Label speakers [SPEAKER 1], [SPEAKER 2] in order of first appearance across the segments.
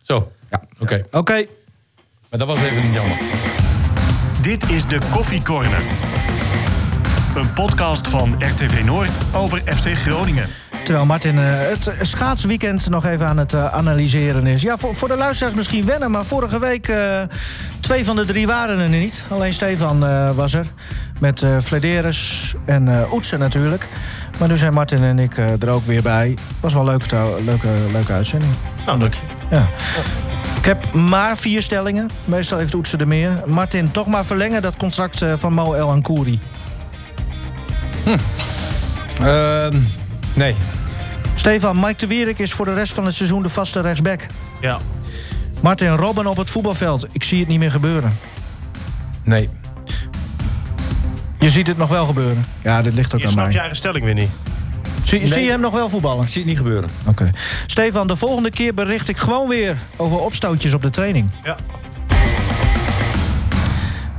[SPEAKER 1] Zo.
[SPEAKER 2] Ja.
[SPEAKER 1] Oké.
[SPEAKER 2] Oké.
[SPEAKER 1] Maar dat was even jammer.
[SPEAKER 3] Dit is de Koffie Corner. Een podcast van RTV Noord over FC Groningen.
[SPEAKER 4] Terwijl Martin eh, het schaatsweekend nog even aan het eh, analyseren is. Ja, voor, voor de luisteraars misschien wennen, maar vorige week... eh, twee van de drie waren er niet. Alleen Stefan eh, was er. Met eh Flederis en eh Oetsen natuurlijk. Maar nu zijn Martin en ik eh, er ook weer bij. Was wel een leuke, trouw- leuke, leuke uitzending.
[SPEAKER 5] Nou, dank je.
[SPEAKER 4] Ja. Ik heb maar vier stellingen. Meestal heeft Oetsen er meer. Martin, toch maar verlengen dat contract eh, van Mo El Ankouri.
[SPEAKER 1] Ehm, nee.
[SPEAKER 4] Stefan, Mike de Wierik is voor de rest van het seizoen de vaste rechtsback.
[SPEAKER 5] Ja.
[SPEAKER 4] Martin Robben op het voetbalveld. Ik zie het niet meer gebeuren.
[SPEAKER 1] Nee.
[SPEAKER 4] Je ziet het nog wel gebeuren. Ja, dit ligt ook
[SPEAKER 5] Je
[SPEAKER 4] aan
[SPEAKER 5] snapt
[SPEAKER 4] mij.
[SPEAKER 5] je eigen stelling weer niet.
[SPEAKER 4] Zie, zie je hem nog wel voetballen?
[SPEAKER 1] Ik zie het niet gebeuren.
[SPEAKER 4] Oké. Stefan, de volgende keer bericht ik gewoon weer over opstootjes op de training.
[SPEAKER 5] Ja.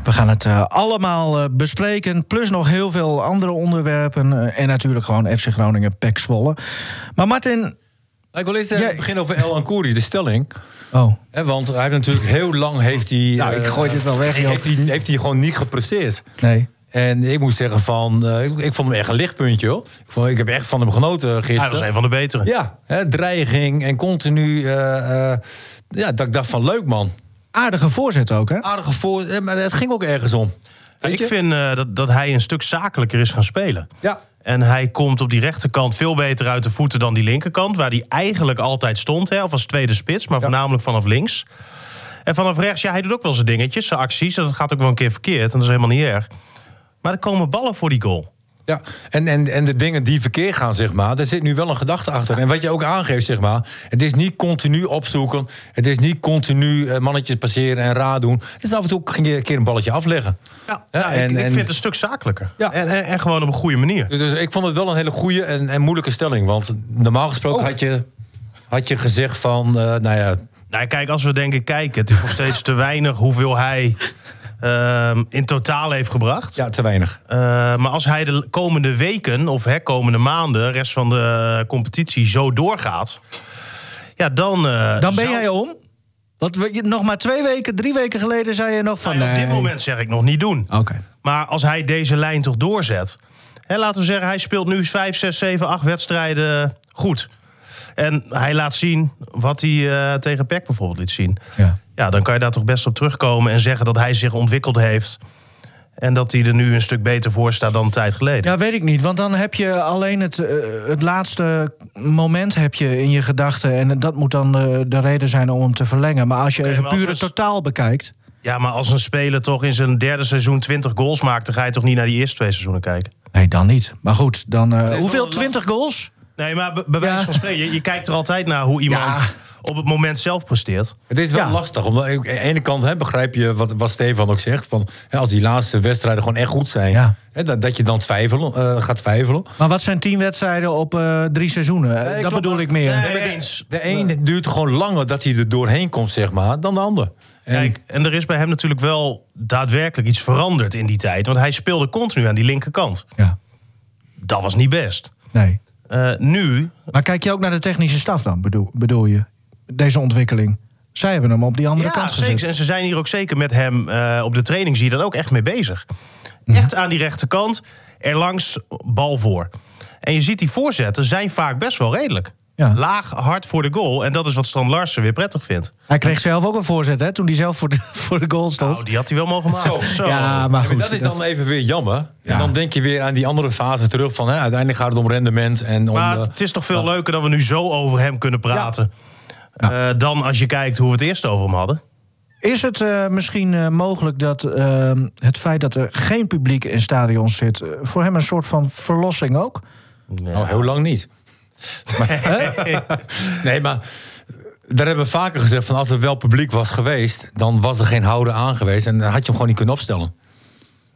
[SPEAKER 4] We gaan het eh, allemaal eh, bespreken. Plus nog heel veel andere onderwerpen. eh, en natuurlijk gewoon FC Groningen, PEC Zwolle. Maar Martin...
[SPEAKER 1] Ik wil eerst even
[SPEAKER 4] Jij-
[SPEAKER 1] eh, beginnen over El Ankouri, de stelling.
[SPEAKER 4] Oh,
[SPEAKER 1] Hè, want hij heeft natuurlijk heel lang heeft hij.
[SPEAKER 4] nou, ik
[SPEAKER 1] eh,
[SPEAKER 4] gooi dit wel weg, joh.
[SPEAKER 1] heeft, hij, heeft hij gewoon niet gepresteerd.
[SPEAKER 4] Nee.
[SPEAKER 1] En ik moet zeggen van, eh, ik, ik vond hem echt een lichtpuntje hoor. Ik, vond, ik heb echt van hem genoten
[SPEAKER 5] Hij was
[SPEAKER 1] gisteren.
[SPEAKER 5] een van de betere.
[SPEAKER 1] ja, hè, dreiging en continu. eh, eh, ja, dat ik dacht van leuk man.
[SPEAKER 4] Aardige voorzet ook,
[SPEAKER 5] Ah,
[SPEAKER 4] hè?
[SPEAKER 1] Aardige voor, eh, maar het ging ook ergens om. Weet
[SPEAKER 5] Ik
[SPEAKER 1] je?
[SPEAKER 5] vind eh, dat, dat hij een stuk zakelijker is gaan spelen.
[SPEAKER 1] Ja.
[SPEAKER 5] En hij komt op die rechterkant veel beter uit de voeten dan die linkerkant. Waar hij eigenlijk altijd stond. Hè, of als tweede spits, maar voornamelijk vanaf links. En vanaf rechts, ja, hij doet ook wel zijn dingetjes, zijn acties. En dat gaat ook wel een keer verkeerd. En dat is helemaal niet erg. Maar er komen ballen voor die goal.
[SPEAKER 1] Ja, en, en, en de dingen die verkeer gaan, zeg maar, daar zit nu wel een gedachte achter. En wat je ook aangeeft, zeg maar, het is niet continu opzoeken. Het is niet continu eh, mannetjes passeren en raar doen. Het is af en toe ook een keer een balletje afleggen.
[SPEAKER 5] Ja,
[SPEAKER 1] Hè,
[SPEAKER 5] nou, ik, ik vind het een stuk zakelijker.
[SPEAKER 1] Ja.
[SPEAKER 5] En, en, en gewoon op een goede manier.
[SPEAKER 1] Dus ik vond het wel een hele goede en, en moeilijke stelling. Want normaal gesproken
[SPEAKER 5] Oh.
[SPEAKER 1] had, je, had je gezegd van, eh, nou ja,
[SPEAKER 5] Nou, kijk, als we denken, kijk, het is nog steeds te weinig hoeveel hij ehm, in totaal heeft gebracht.
[SPEAKER 1] ja, te weinig.
[SPEAKER 5] Eh, maar als hij de komende weken of hè, komende maanden, rest van de eh, competitie, zo doorgaat. Ja, dan. eh,
[SPEAKER 4] Dan ben
[SPEAKER 5] zou-
[SPEAKER 4] jij om. Want we, je- nog maar twee weken, drie weken geleden zei je nog van... eh,
[SPEAKER 5] Nou ja, op dit
[SPEAKER 4] nee.
[SPEAKER 5] moment zeg ik nog niet doen.
[SPEAKER 4] Oké.
[SPEAKER 5] Maar als hij deze lijn toch doorzet. Hè, laten we zeggen, hij speelt nu 5, 6, 7, 8 wedstrijden goed. En hij laat zien wat hij eh, tegen PEC bijvoorbeeld liet zien.
[SPEAKER 4] Ja.
[SPEAKER 5] Ja, dan kan je daar toch best op terugkomen en zeggen dat hij zich ontwikkeld heeft. En dat hij er nu een stuk beter voor staat dan een tijd geleden.
[SPEAKER 4] ja, weet ik niet. Want dan heb je alleen het, eh, het laatste moment heb je in je gedachten. En dat moet dan eh, de reden zijn om hem te verlengen. Maar als je
[SPEAKER 5] Oké,
[SPEAKER 4] even
[SPEAKER 5] maar als
[SPEAKER 4] puur het
[SPEAKER 5] het-
[SPEAKER 4] totaal bekijkt...
[SPEAKER 5] Ja, maar als een speler toch in zijn derde seizoen 20 goals maakt, dan ga je toch niet naar die eerste twee seizoenen kijken.
[SPEAKER 4] Nee, dan niet. Maar goed, dan... eh,
[SPEAKER 1] wel
[SPEAKER 4] hoeveel?
[SPEAKER 1] een lastig-
[SPEAKER 4] 20 goals?
[SPEAKER 5] Nee, maar be- bij
[SPEAKER 4] Ja.
[SPEAKER 5] wijze van spreken, je, je kijkt er altijd naar hoe iemand
[SPEAKER 4] Ja.
[SPEAKER 5] op het moment zelf presteert.
[SPEAKER 1] Het is wel
[SPEAKER 4] Ja.
[SPEAKER 1] lastig. Omdat, ik- aan de ene kant hè, begrijp je wat, wat Stefan ook zegt. Van, hè, als die laatste wedstrijden gewoon echt goed zijn.
[SPEAKER 4] Ja.
[SPEAKER 1] Hè, dat, dat je dan twijfelen, eh, gaat twijfelen.
[SPEAKER 4] Maar wat zijn 10 wedstrijden op eh, drie seizoenen? Eh, dat
[SPEAKER 1] klopt,
[SPEAKER 4] bedoel
[SPEAKER 1] maar-
[SPEAKER 4] ik meer.
[SPEAKER 5] Nee,
[SPEAKER 1] maar de-
[SPEAKER 5] eens.
[SPEAKER 1] De een duurt gewoon langer dat hij er doorheen komt, zeg maar, dan de ander. En
[SPEAKER 5] Kijk, en er is bij hem natuurlijk wel daadwerkelijk iets veranderd in die tijd. Want hij speelde continu aan die linkerkant.
[SPEAKER 4] Ja.
[SPEAKER 5] Dat was niet best.
[SPEAKER 4] Nee.
[SPEAKER 5] Eh, nu,
[SPEAKER 4] Maar kijk je ook naar de technische staf dan, bedoel, bedoel je? Deze ontwikkeling. Zij hebben hem op die andere
[SPEAKER 5] ja,
[SPEAKER 4] kant gezet.
[SPEAKER 5] zeker. En ze zijn hier ook zeker met hem eh, op de training, zie je dat ook echt mee bezig.
[SPEAKER 4] Mhm.
[SPEAKER 5] Echt aan die rechterkant, erlangs bal voor. En je ziet die voorzetten zijn vaak best wel redelijk.
[SPEAKER 4] Ja.
[SPEAKER 5] Laag, hard voor de goal. En dat is wat Strand Larsen weer prettig vindt.
[SPEAKER 4] Hij kreeg zelf ook een voorzet, hè? Toen hij zelf voor de, voor de goal stond.
[SPEAKER 5] Nou, die had hij wel mogen maken.
[SPEAKER 1] Zo.
[SPEAKER 5] Zo.
[SPEAKER 4] ja, maar
[SPEAKER 1] Ja, maar
[SPEAKER 4] goed.
[SPEAKER 1] dat is dan even weer jammer.
[SPEAKER 4] Ja.
[SPEAKER 1] En dan denk je weer aan die andere fase terug van hè, uiteindelijk gaat het om rendement en om.
[SPEAKER 5] Maar
[SPEAKER 1] eh,
[SPEAKER 5] het is toch veel leuker dat we nu zo over hem kunnen praten. Eh, dan als je kijkt hoe we het eerst over hem hadden.
[SPEAKER 4] Is het eh, misschien eh, mogelijk dat eh, het feit dat er geen publiek in stadions zit... eh, voor hem een soort van verlossing ook?
[SPEAKER 1] nou, heel lang niet. Maar, nee, maar eh, daar hebben we vaker gezegd van als er wel publiek was geweest, dan was er geen houden aan geweest en dan had je hem gewoon niet kunnen opstellen.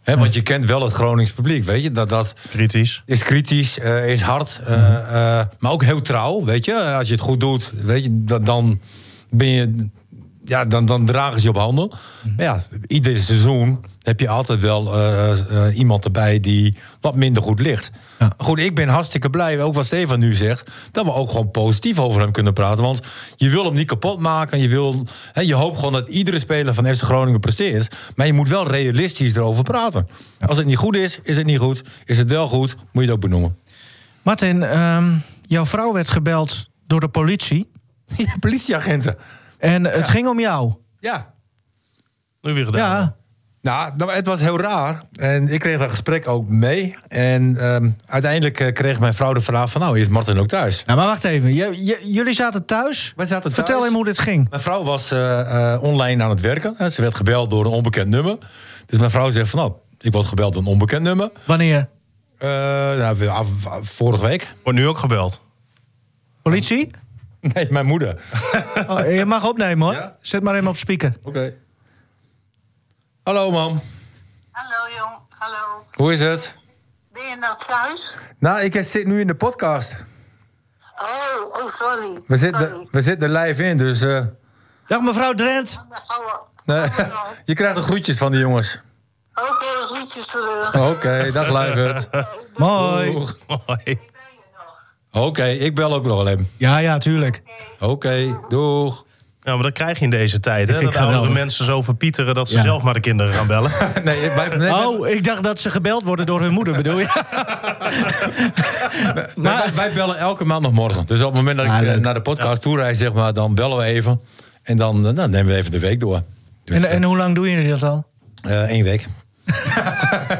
[SPEAKER 1] Hè, want je kent wel het Gronings publiek, weet je? Dat, dat,
[SPEAKER 5] Kritisch.
[SPEAKER 1] is kritisch, eh, is hard, eh, eh, maar ook heel trouw. Weet je, als je het goed doet, weet je, dat, dan ben je ja, dan, dan dragen ze je op handen. Maar ja, ieder seizoen heb je altijd wel eh, eh, iemand erbij die wat minder goed ligt.
[SPEAKER 4] Ja.
[SPEAKER 1] Goed, ik ben hartstikke blij, ook wat Stefan nu zegt... dat we ook gewoon positief over hem kunnen praten. Want je wil hem niet kapot maken. Je, wil, hè, je hoopt gewoon dat iedere speler van FC Groningen presteert. Maar je moet wel realistisch erover praten. Als het niet goed is, is het niet goed. Is het wel goed, moet je het ook benoemen.
[SPEAKER 4] Martin, ehm, jouw vrouw werd gebeld door de politie.
[SPEAKER 1] Ja, politieagenten.
[SPEAKER 4] En het ging om jou.
[SPEAKER 1] Ja,
[SPEAKER 5] Nu weer gedaan.
[SPEAKER 4] Ja.
[SPEAKER 1] Nou, nou, het was heel raar. En ik kreeg dat gesprek ook mee. En ehm, uiteindelijk eh, kreeg mijn vrouw de vraag van... nou, is Martin ook thuis?
[SPEAKER 4] Nou, maar wacht even. J- j- jullie zaten thuis.
[SPEAKER 1] Wij zaten
[SPEAKER 4] Vertel
[SPEAKER 1] thuis.
[SPEAKER 4] hem hoe dit ging.
[SPEAKER 1] Mijn vrouw was eh, eh, online aan het werken. Hè. Ze werd gebeld door een onbekend nummer. Dus mijn vrouw zegt van... nou, ik word gebeld door een onbekend nummer.
[SPEAKER 4] Wanneer?
[SPEAKER 1] Eh, nou, we- af- af- vorige week.
[SPEAKER 5] Wordt nu ook gebeld.
[SPEAKER 4] Politie?
[SPEAKER 1] Nee, mijn moeder.
[SPEAKER 4] Oh, je mag opnemen hoor.
[SPEAKER 1] Ja?
[SPEAKER 4] Zet maar even op speaker.
[SPEAKER 1] Oké. Hallo, mam.
[SPEAKER 2] Hallo jong, hallo.
[SPEAKER 1] Hoe is het?
[SPEAKER 2] Ben je nou thuis?
[SPEAKER 1] Nou, ik zit nu in de podcast.
[SPEAKER 2] Oh, oh sorry.
[SPEAKER 1] We
[SPEAKER 2] Sorry.
[SPEAKER 1] zitten, we zitten live in, dus... eh,
[SPEAKER 4] Dag mevrouw Drent.
[SPEAKER 2] Dat zal wel.
[SPEAKER 1] nee.
[SPEAKER 2] Hallo.
[SPEAKER 1] je krijgt de groetjes van de jongens.
[SPEAKER 2] Oké, groetjes terug.
[SPEAKER 1] Oké, dag Luivert.
[SPEAKER 4] Mooi.
[SPEAKER 1] Doeg.
[SPEAKER 5] Mooi.
[SPEAKER 2] Ik ben je nog.
[SPEAKER 1] Oké, ik bel ook nog wel even.
[SPEAKER 4] Ja, ja, tuurlijk.
[SPEAKER 1] Oké, doeg.
[SPEAKER 5] Ja, maar dat krijg je in deze tijd. Hè?
[SPEAKER 4] vind ik
[SPEAKER 5] Dat oudere
[SPEAKER 4] geweldig.
[SPEAKER 5] mensen zo verpieteren dat ze
[SPEAKER 4] Ja.
[SPEAKER 5] zelf maar de kinderen gaan bellen.
[SPEAKER 1] Nee, wij, nee, wij-
[SPEAKER 4] Oh, ik dacht dat ze gebeld worden door hun moeder, bedoel je?
[SPEAKER 1] nee, wij, wij bellen elke maandagmorgen. Dus op het moment dat ik
[SPEAKER 4] Ah,
[SPEAKER 1] eh,
[SPEAKER 4] leuk.
[SPEAKER 1] naar de podcast toe rijd, zeg maar, dan bellen we even. En dan, eh, nou, nemen we even de week door. Dus,
[SPEAKER 4] En, en hoe lang doen jullie dat al?
[SPEAKER 1] eh, één week.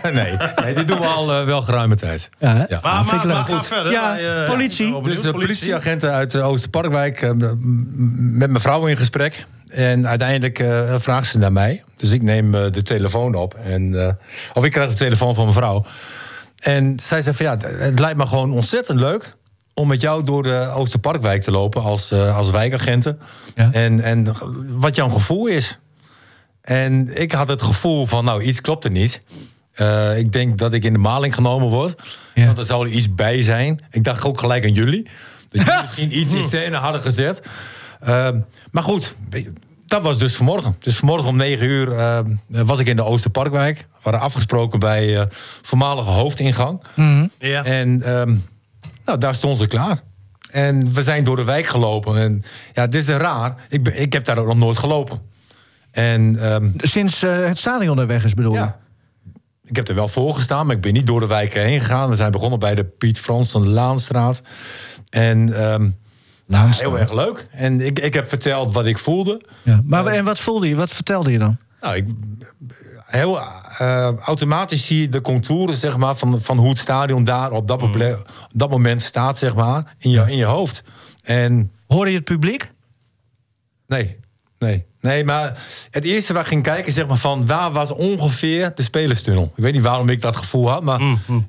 [SPEAKER 1] nee, nee, dit doen we al eh, wel geruime tijd.
[SPEAKER 4] Ja, hè?
[SPEAKER 5] Maar, maar,
[SPEAKER 4] vind ik leuk.
[SPEAKER 5] maar ga
[SPEAKER 4] Goed.
[SPEAKER 5] verder.
[SPEAKER 4] Ja,
[SPEAKER 5] Wij, eh,
[SPEAKER 4] politie.
[SPEAKER 5] zijn wel
[SPEAKER 1] Dus
[SPEAKER 5] benieuwd.
[SPEAKER 1] de politieagenten uit eh, Oosterparkwijk eh, m- m- met mijn vrouw in gesprek. En uiteindelijk eh, vraagt ze naar mij. Dus ik neem eh, de telefoon op. En, eh, of ik krijg de telefoon van mijn vrouw. En zij zegt van ja, het lijkt me gewoon ontzettend leuk... om met jou door de Oosterparkwijk te lopen als, eh, als wijkagenten.
[SPEAKER 4] Ja.
[SPEAKER 1] En, en wat jouw gevoel is. En ik had het gevoel van, nou, iets klopt er niet. Eh, ik denk dat ik in de maling genomen word.
[SPEAKER 4] Ja.
[SPEAKER 1] Want er zou er iets bij zijn. Ik dacht ook gelijk aan jullie. Dat jullie misschien iets in scène hadden gezet. Eh, maar goed, dat was dus vanmorgen. Dus vanmorgen om 9 uur eh, was ik in de Oosterparkwijk. We waren afgesproken bij eh, voormalige hoofdingang.
[SPEAKER 5] Ja.
[SPEAKER 1] En ehm, nou, daar stonden ze klaar. En we zijn door de wijk gelopen. En ja, het is raar. Ik, ben, ik heb daar ook nog nooit gelopen. En ehm,
[SPEAKER 4] Sinds eh, het stadion er weg is, bedoel je? Nou,
[SPEAKER 1] ja. Ik heb er wel voor gestaan, maar ik ben niet door de wijken heen gegaan. We zijn begonnen bij de Piet Fransen Laanstraat. En ehm,
[SPEAKER 4] Laatste.
[SPEAKER 1] heel erg leuk. En ik, ik heb verteld wat ik voelde.
[SPEAKER 4] Ja. Maar en wat voelde je? Wat vertelde je dan?
[SPEAKER 1] Nou, ik, heel eh, automatisch zie je de contouren zeg maar, van, van hoe het stadion daar op dat, mople- op dat moment staat zeg maar, in, je, in je hoofd. En
[SPEAKER 4] Hoorde je het publiek?
[SPEAKER 1] nee, nee. Nee, maar het eerste waar ik ging kijken, zeg maar, van waar was ongeveer de spelerstunnel? Ik weet niet waarom ik dat gevoel had, maar.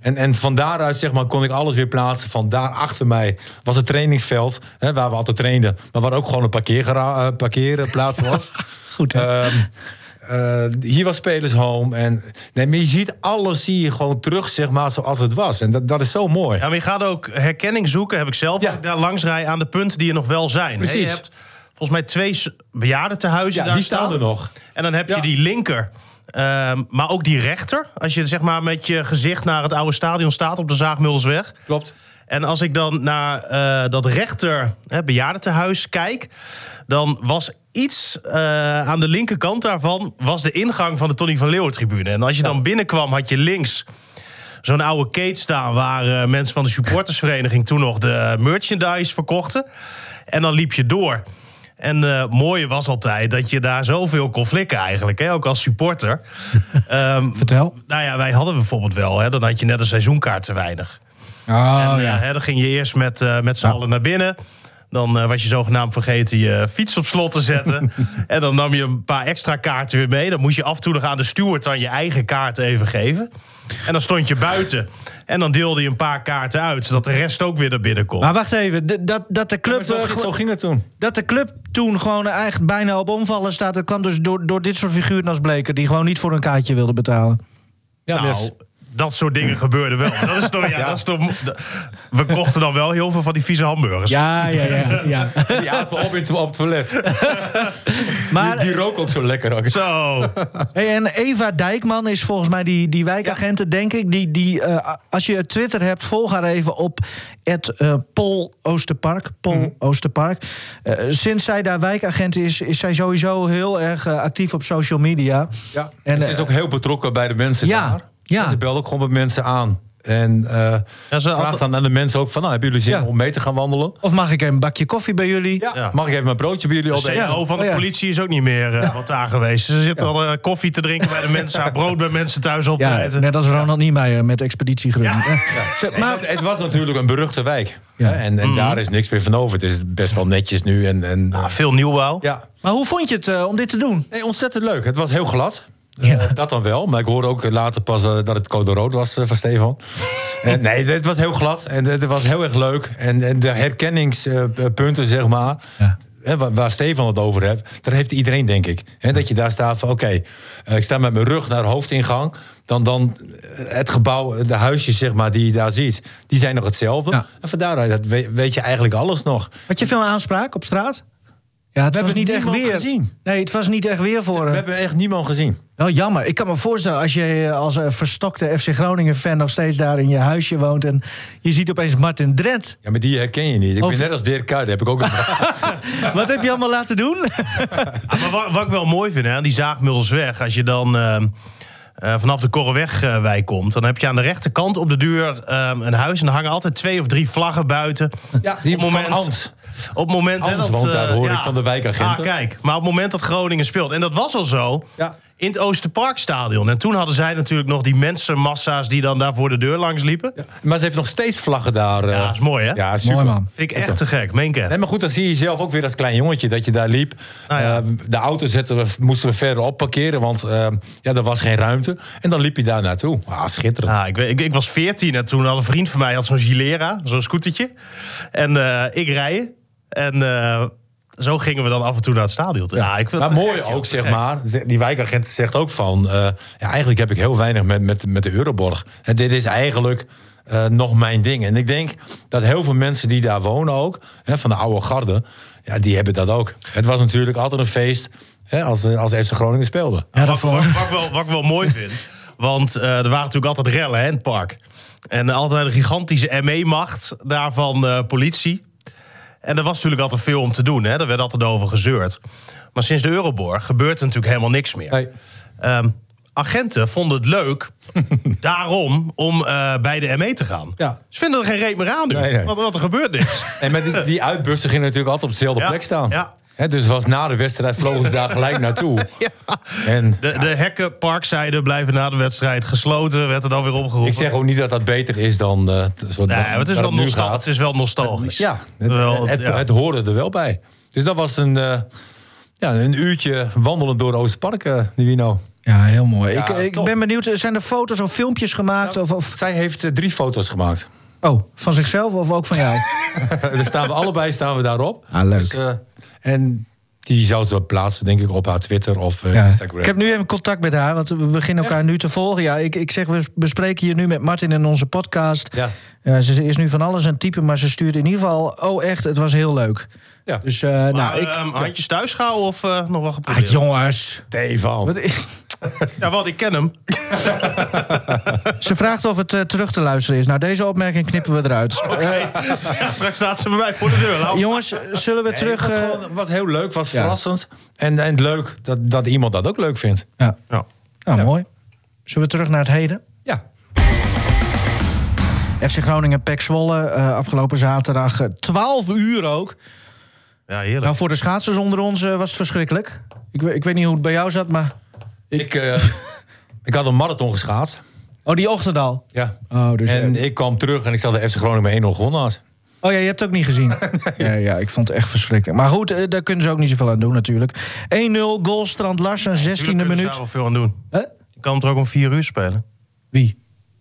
[SPEAKER 1] En, en van daaruit, zeg maar, kon ik alles weer plaatsen. Van daar achter mij was het trainingsveld, hè, waar we altijd trainden, maar waar ook gewoon een parkeergara- eh, parkeerplaats was.
[SPEAKER 4] Goed, hè?
[SPEAKER 1] Ehm, eh, hier was Spelers Home. En, nee, maar je ziet alles zie je gewoon terug, zeg maar, zoals het was. En dat, dat is zo mooi.
[SPEAKER 5] Ja, maar je gaat ook herkenning zoeken, heb ik zelf.
[SPEAKER 1] Ja.
[SPEAKER 5] als ik Daar langs rij aan de punten die er nog wel zijn. Hè, Je
[SPEAKER 1] Precies.
[SPEAKER 5] hebt volgens mij twee s- bejaardentehuizen
[SPEAKER 1] Ja,
[SPEAKER 5] daar
[SPEAKER 1] die staan er nog.
[SPEAKER 5] En dan heb je
[SPEAKER 1] Ja.
[SPEAKER 5] die linker. ehm, maar ook die rechter. Als je zeg maar met je gezicht naar het oude stadion staat op de Zaagmuldersweg.
[SPEAKER 1] Klopt.
[SPEAKER 5] En als ik dan naar eh, dat rechter hè, bejaardentehuis kijk, dan was iets eh, aan de linkerkant daarvan was de ingang van de Tony van Leeuwen tribune. En als je dan binnenkwam, had je links zo'n oude keet staan waar eh, mensen van de supportersvereniging toen nog de merchandise verkochten. En dan liep je door. En eh het mooie was altijd dat je daar zoveel kon flikken eigenlijk, hè, ook als supporter. Ehm,
[SPEAKER 4] Vertel.
[SPEAKER 5] nou ja, wij hadden bijvoorbeeld wel, hè, dan had je net een seizoenkaart te weinig.
[SPEAKER 4] Oh,
[SPEAKER 5] En, eh, hè, dan ging je eerst met, eh, met z'n allen naar binnen. Dan eh, was je zogenaamd vergeten je fiets op slot te zetten. en dan nam je een paar extra kaarten weer mee. Dan moest je af en toe nog aan de steward dan je eigen kaart even geven. En dan stond je buiten. En dan deelde je een paar kaarten uit, zodat de rest ook weer naar binnen kon.
[SPEAKER 4] Maar wacht even, d- dat, dat, de club,
[SPEAKER 1] Maar zo,
[SPEAKER 4] eh,
[SPEAKER 1] ging-
[SPEAKER 4] gl-
[SPEAKER 1] zo ging het toen.
[SPEAKER 4] dat de club toen gewoon eigenlijk bijna op omvallen staat... dat kwam dus door, door dit soort figuren als Bleker... die gewoon niet voor een kaartje wilden betalen.
[SPEAKER 1] Ja,
[SPEAKER 5] nou,
[SPEAKER 1] dus-
[SPEAKER 5] dat soort dingen gebeurden wel. Dat is toch, ja, Dat is toch, we kochten dan wel heel veel van die vieze hamburgers.
[SPEAKER 4] Ja, ja, ja. ja.
[SPEAKER 1] die aten we op, in, op het toilet.
[SPEAKER 4] Maar-
[SPEAKER 1] die, die rook ook eh, zo lekker. ook.
[SPEAKER 5] Zo.
[SPEAKER 4] Hey, en Eva Dijkman is volgens mij die, die wijkagenten, denk ik. Die, die, eh, als je Twitter hebt, volg haar even op het eh, Pol Oosterpark. Pol
[SPEAKER 1] Mhm.
[SPEAKER 4] Oosterpark. Eh, sinds zij daar wijkagent is, is zij sowieso heel erg eh, actief op social media.
[SPEAKER 1] Ja.
[SPEAKER 4] En,
[SPEAKER 1] En ze
[SPEAKER 4] eh,
[SPEAKER 1] is ook heel betrokken bij de mensen
[SPEAKER 4] ja,
[SPEAKER 1] daar.
[SPEAKER 4] ja.
[SPEAKER 1] En ze belt ook gewoon met mensen aan. En eh
[SPEAKER 5] Ja, ze
[SPEAKER 1] vraagt
[SPEAKER 5] altijd-
[SPEAKER 1] dan aan de mensen ook van... Nou, hebben jullie zin
[SPEAKER 4] Ja.
[SPEAKER 1] om mee te gaan wandelen?
[SPEAKER 4] Of mag ik een bakje koffie bij jullie?
[SPEAKER 1] Ja.
[SPEAKER 5] Ja.
[SPEAKER 1] Mag ik even mijn broodje bij jullie
[SPEAKER 5] De
[SPEAKER 1] opeten?
[SPEAKER 5] CEO van de
[SPEAKER 4] Oh ja.
[SPEAKER 5] politie is ook niet meer eh, wat daar geweest. Ze zitten al eh, koffie te drinken bij de mensen, haar brood bij mensen thuis op te
[SPEAKER 4] Ja,
[SPEAKER 5] eten.
[SPEAKER 4] net als Ronald Niemeyer met Expeditie Groen. Zeg,
[SPEAKER 1] Maar
[SPEAKER 4] Maar,
[SPEAKER 1] het, het was natuurlijk een beruchte wijk. hè, En, en
[SPEAKER 5] Mhm.
[SPEAKER 1] daar is niks meer van over. Het is best wel netjes nu. En, en, eh,
[SPEAKER 5] Ah, Veel nieuwbouw.
[SPEAKER 1] ja.
[SPEAKER 4] maar hoe vond je het eh, om dit te doen?
[SPEAKER 1] Nee, ontzettend leuk. Het was heel glad. Eh, dat dan wel. Maar ik hoorde ook later pas eh, dat het code rood was eh, van Stefan. en, nee, het was heel glad. En het was heel erg leuk. En, en de herkenningspunten, zeg maar... hè, waar, waar Stefan het over heeft, daar heeft iedereen, denk ik. Hè, dat je daar staat van, oké, eh, ik sta met mijn rug naar de hoofdingang. Dan, dan eh, het gebouw, de huisjes, zeg maar, die je daar ziet... die zijn nog hetzelfde.
[SPEAKER 4] Ja.
[SPEAKER 1] En van daaruit dat we- weet je eigenlijk alles nog.
[SPEAKER 4] Had je veel aanspraak op straat? Ja, het was
[SPEAKER 1] hebben
[SPEAKER 4] niet echt
[SPEAKER 1] niemand
[SPEAKER 4] weer.
[SPEAKER 1] gezien.
[SPEAKER 4] Nee, het was niet echt weer voor.
[SPEAKER 1] We
[SPEAKER 4] eh,
[SPEAKER 1] hebben echt niemand gezien.
[SPEAKER 4] Wel jammer. Ik kan me voorstellen als je eh, als een verstokte FC Groningen-fan nog steeds daar in je huisje woont en je ziet opeens Martin Drent.
[SPEAKER 1] Ja, maar die herken je niet. Ik
[SPEAKER 4] Over-
[SPEAKER 1] ben net als Dirk Kuyt, heb ik ook een...
[SPEAKER 4] Wat heb je allemaal laten doen?
[SPEAKER 5] Ah, maar wat, wat ik wel mooi vind, hè, die zaagmuddels weg. Als je dan ehm, eh, vanaf de Korrewegwijk komt, dan heb je aan de rechterkant op de duur ehm, een huis. En er hangen altijd twee of drie vlaggen buiten.
[SPEAKER 1] Ja, die
[SPEAKER 5] Op het
[SPEAKER 1] van Ant.
[SPEAKER 5] Op het moment hè,
[SPEAKER 1] Ant
[SPEAKER 5] dat,
[SPEAKER 1] woont daar,
[SPEAKER 5] eh,
[SPEAKER 1] hoor ik van de wijkagenten.
[SPEAKER 5] Ah, kijk. Maar op het moment dat Groningen speelt. En dat was al zo.
[SPEAKER 1] Ja.
[SPEAKER 5] In het Oosterparkstadion. En toen hadden zij natuurlijk nog die mensenmassa's die dan daar voor de deur langs liepen.
[SPEAKER 1] Maar ze heeft nog steeds vlaggen daar. eh.
[SPEAKER 5] Ja, dat is mooi, hè?
[SPEAKER 1] Ja, super.
[SPEAKER 4] Mooi, man.
[SPEAKER 5] Vind ik echt te gek. Meen ik echt.
[SPEAKER 1] Nee, maar goed, dan zie je jezelf ook weer als klein jongetje dat je daar liep.
[SPEAKER 5] Nou ja.
[SPEAKER 1] Eh, de auto zetten we, moesten we verderop parkeren, want eh, ja, er was geen ruimte. En dan liep je daar naartoe. Ah, schitterend.
[SPEAKER 5] Ah, ik, weet- ik, ik was 14 en toen had een vriend van mij had zo'n Gilera, zo'n scootertje. En eh, ik rijden. En eh, zo gingen we dan af en toe naar het stadion. Ja, ik vind
[SPEAKER 1] maar
[SPEAKER 5] het te
[SPEAKER 1] mooi
[SPEAKER 5] gek, joh,
[SPEAKER 1] ook,
[SPEAKER 5] te
[SPEAKER 1] zeg
[SPEAKER 5] gek.
[SPEAKER 1] maar. Ze- Die wijkagent zegt ook van... eh, ja, eigenlijk heb ik heel weinig met, met, met de Euroborg. En dit is eigenlijk eh, nog mijn ding. En ik denk dat heel veel mensen die daar wonen ook... Hè, van de oude garde, ja, die hebben dat ook. Het was natuurlijk altijd een feest hè, als, eh, als FC Groningen speelde.
[SPEAKER 4] Ja,
[SPEAKER 5] Wat, wat, wat ik wel, wat ik wel mooi vind. Want eh, er waren natuurlijk altijd rellen hè, in het park. En altijd een gigantische ME-macht daarvan eh, politie. En er was natuurlijk altijd veel om te doen. Hè. Daar werd altijd over gezeurd. Maar sinds de Euroborg gebeurt er natuurlijk helemaal niks meer.
[SPEAKER 1] Nee.
[SPEAKER 5] Ehm, agenten vonden het leuk daarom om eh, bij de ME te gaan.
[SPEAKER 1] Ja.
[SPEAKER 5] Ze vinden er geen reet meer aan nu.
[SPEAKER 1] Nee, nee.
[SPEAKER 5] Want, want er gebeurt niks.
[SPEAKER 1] En met die, die uitbussen gingen natuurlijk altijd op dezelfde
[SPEAKER 5] Ja,
[SPEAKER 1] plek staan.
[SPEAKER 5] ja.
[SPEAKER 1] Hè, dus was na de wedstrijd vlogen ze daar gelijk naartoe. En
[SPEAKER 5] De, de hekken, parkzijde blijven na de wedstrijd gesloten. Werd er dan weer opgeroepen.
[SPEAKER 1] ik zeg ook niet dat dat beter is dan... eh zo-
[SPEAKER 5] Nee, maar het, is
[SPEAKER 1] waar
[SPEAKER 5] wel
[SPEAKER 1] nu
[SPEAKER 5] nostal-
[SPEAKER 1] gaat.
[SPEAKER 5] het is wel nostalgisch.
[SPEAKER 1] Ja, het,
[SPEAKER 5] Wel,
[SPEAKER 1] het,
[SPEAKER 5] ja.
[SPEAKER 1] het hoorde er wel bij. Dus dat was een, eh, ja, een uurtje wandelen door Oosterpark, eh Nivino.
[SPEAKER 4] Ja, heel mooi.
[SPEAKER 1] Ja,
[SPEAKER 4] ik ik
[SPEAKER 1] top.
[SPEAKER 4] ben benieuwd, eh, zijn er foto's of filmpjes gemaakt? of, of,
[SPEAKER 1] Zij heeft eh, drie foto's gemaakt.
[SPEAKER 4] oh, van zichzelf of ook van jou?
[SPEAKER 1] Daar staan we allebei staan we daarop.
[SPEAKER 4] Ah, leuk.
[SPEAKER 1] eh, en die zou ze wel plaatsen, denk ik, op haar Twitter of eh,
[SPEAKER 4] Ja.
[SPEAKER 1] Instagram.
[SPEAKER 4] Ik heb nu even contact met haar, want we beginnen elkaar nu te volgen. Ja, ik, ik zeg, we bespreken hier nu met Martin in onze podcast.
[SPEAKER 1] Ja.
[SPEAKER 4] Ja, ze, ze is nu van alles aan het typen, maar ze stuurt in ieder geval... oh echt, het was heel leuk.
[SPEAKER 1] Ja.
[SPEAKER 4] Dus eh,
[SPEAKER 5] Maar,
[SPEAKER 4] nou, ik...
[SPEAKER 5] ehm, handjes thuis gehouden of eh, nog wel
[SPEAKER 4] Ah,
[SPEAKER 5] geprobeerd?
[SPEAKER 4] jongens.
[SPEAKER 1] Stefan.
[SPEAKER 5] Ja, want ik ken hem.
[SPEAKER 4] Ze vraagt of het eh, terug te luisteren is. Nou, deze opmerking knippen we eruit.
[SPEAKER 5] Oké. Ja, straks staat ze bij mij voor de deur. Laat-
[SPEAKER 4] Jongens, zullen we terug...
[SPEAKER 1] Wat,
[SPEAKER 4] eh,
[SPEAKER 1] gewoon- wat heel leuk, was
[SPEAKER 4] ja.
[SPEAKER 1] verrassend. En, en leuk dat, dat iemand dat ook leuk vindt.
[SPEAKER 4] ja.
[SPEAKER 5] Nou,
[SPEAKER 4] Nou, mooi. Zullen we terug naar het heden?
[SPEAKER 1] Ja.
[SPEAKER 4] FC Groningen, PEC Zwolle, eh, afgelopen zaterdag eh, 12 uur ook.
[SPEAKER 5] ja, heerlijk.
[SPEAKER 4] Nou, voor de schaatsers onder ons eh, was het verschrikkelijk. Ik, we- ik weet niet hoe het bij jou zat, maar...
[SPEAKER 1] Ik, eh, ik had een marathon geschaatst.
[SPEAKER 4] Oh, die ochtend al.
[SPEAKER 1] Ja.
[SPEAKER 4] Oh, dus
[SPEAKER 1] en
[SPEAKER 4] jij-
[SPEAKER 1] ik kwam terug en ik zat de FC Groningen met 1-0 gewonnen had.
[SPEAKER 4] Oh ja, je hebt het ook niet gezien. ja, ja, ik vond het echt verschrikkelijk. Maar goed, eh, daar kunnen ze ook niet zoveel aan doen natuurlijk. 1-0, goal Strand Larsen, 16e
[SPEAKER 5] Natuurlijk kunnen ze
[SPEAKER 4] minuut.
[SPEAKER 5] daar wel veel aan doen.
[SPEAKER 4] Hè?
[SPEAKER 5] Je kan hem er ook om vier uur spelen.
[SPEAKER 4] Wie?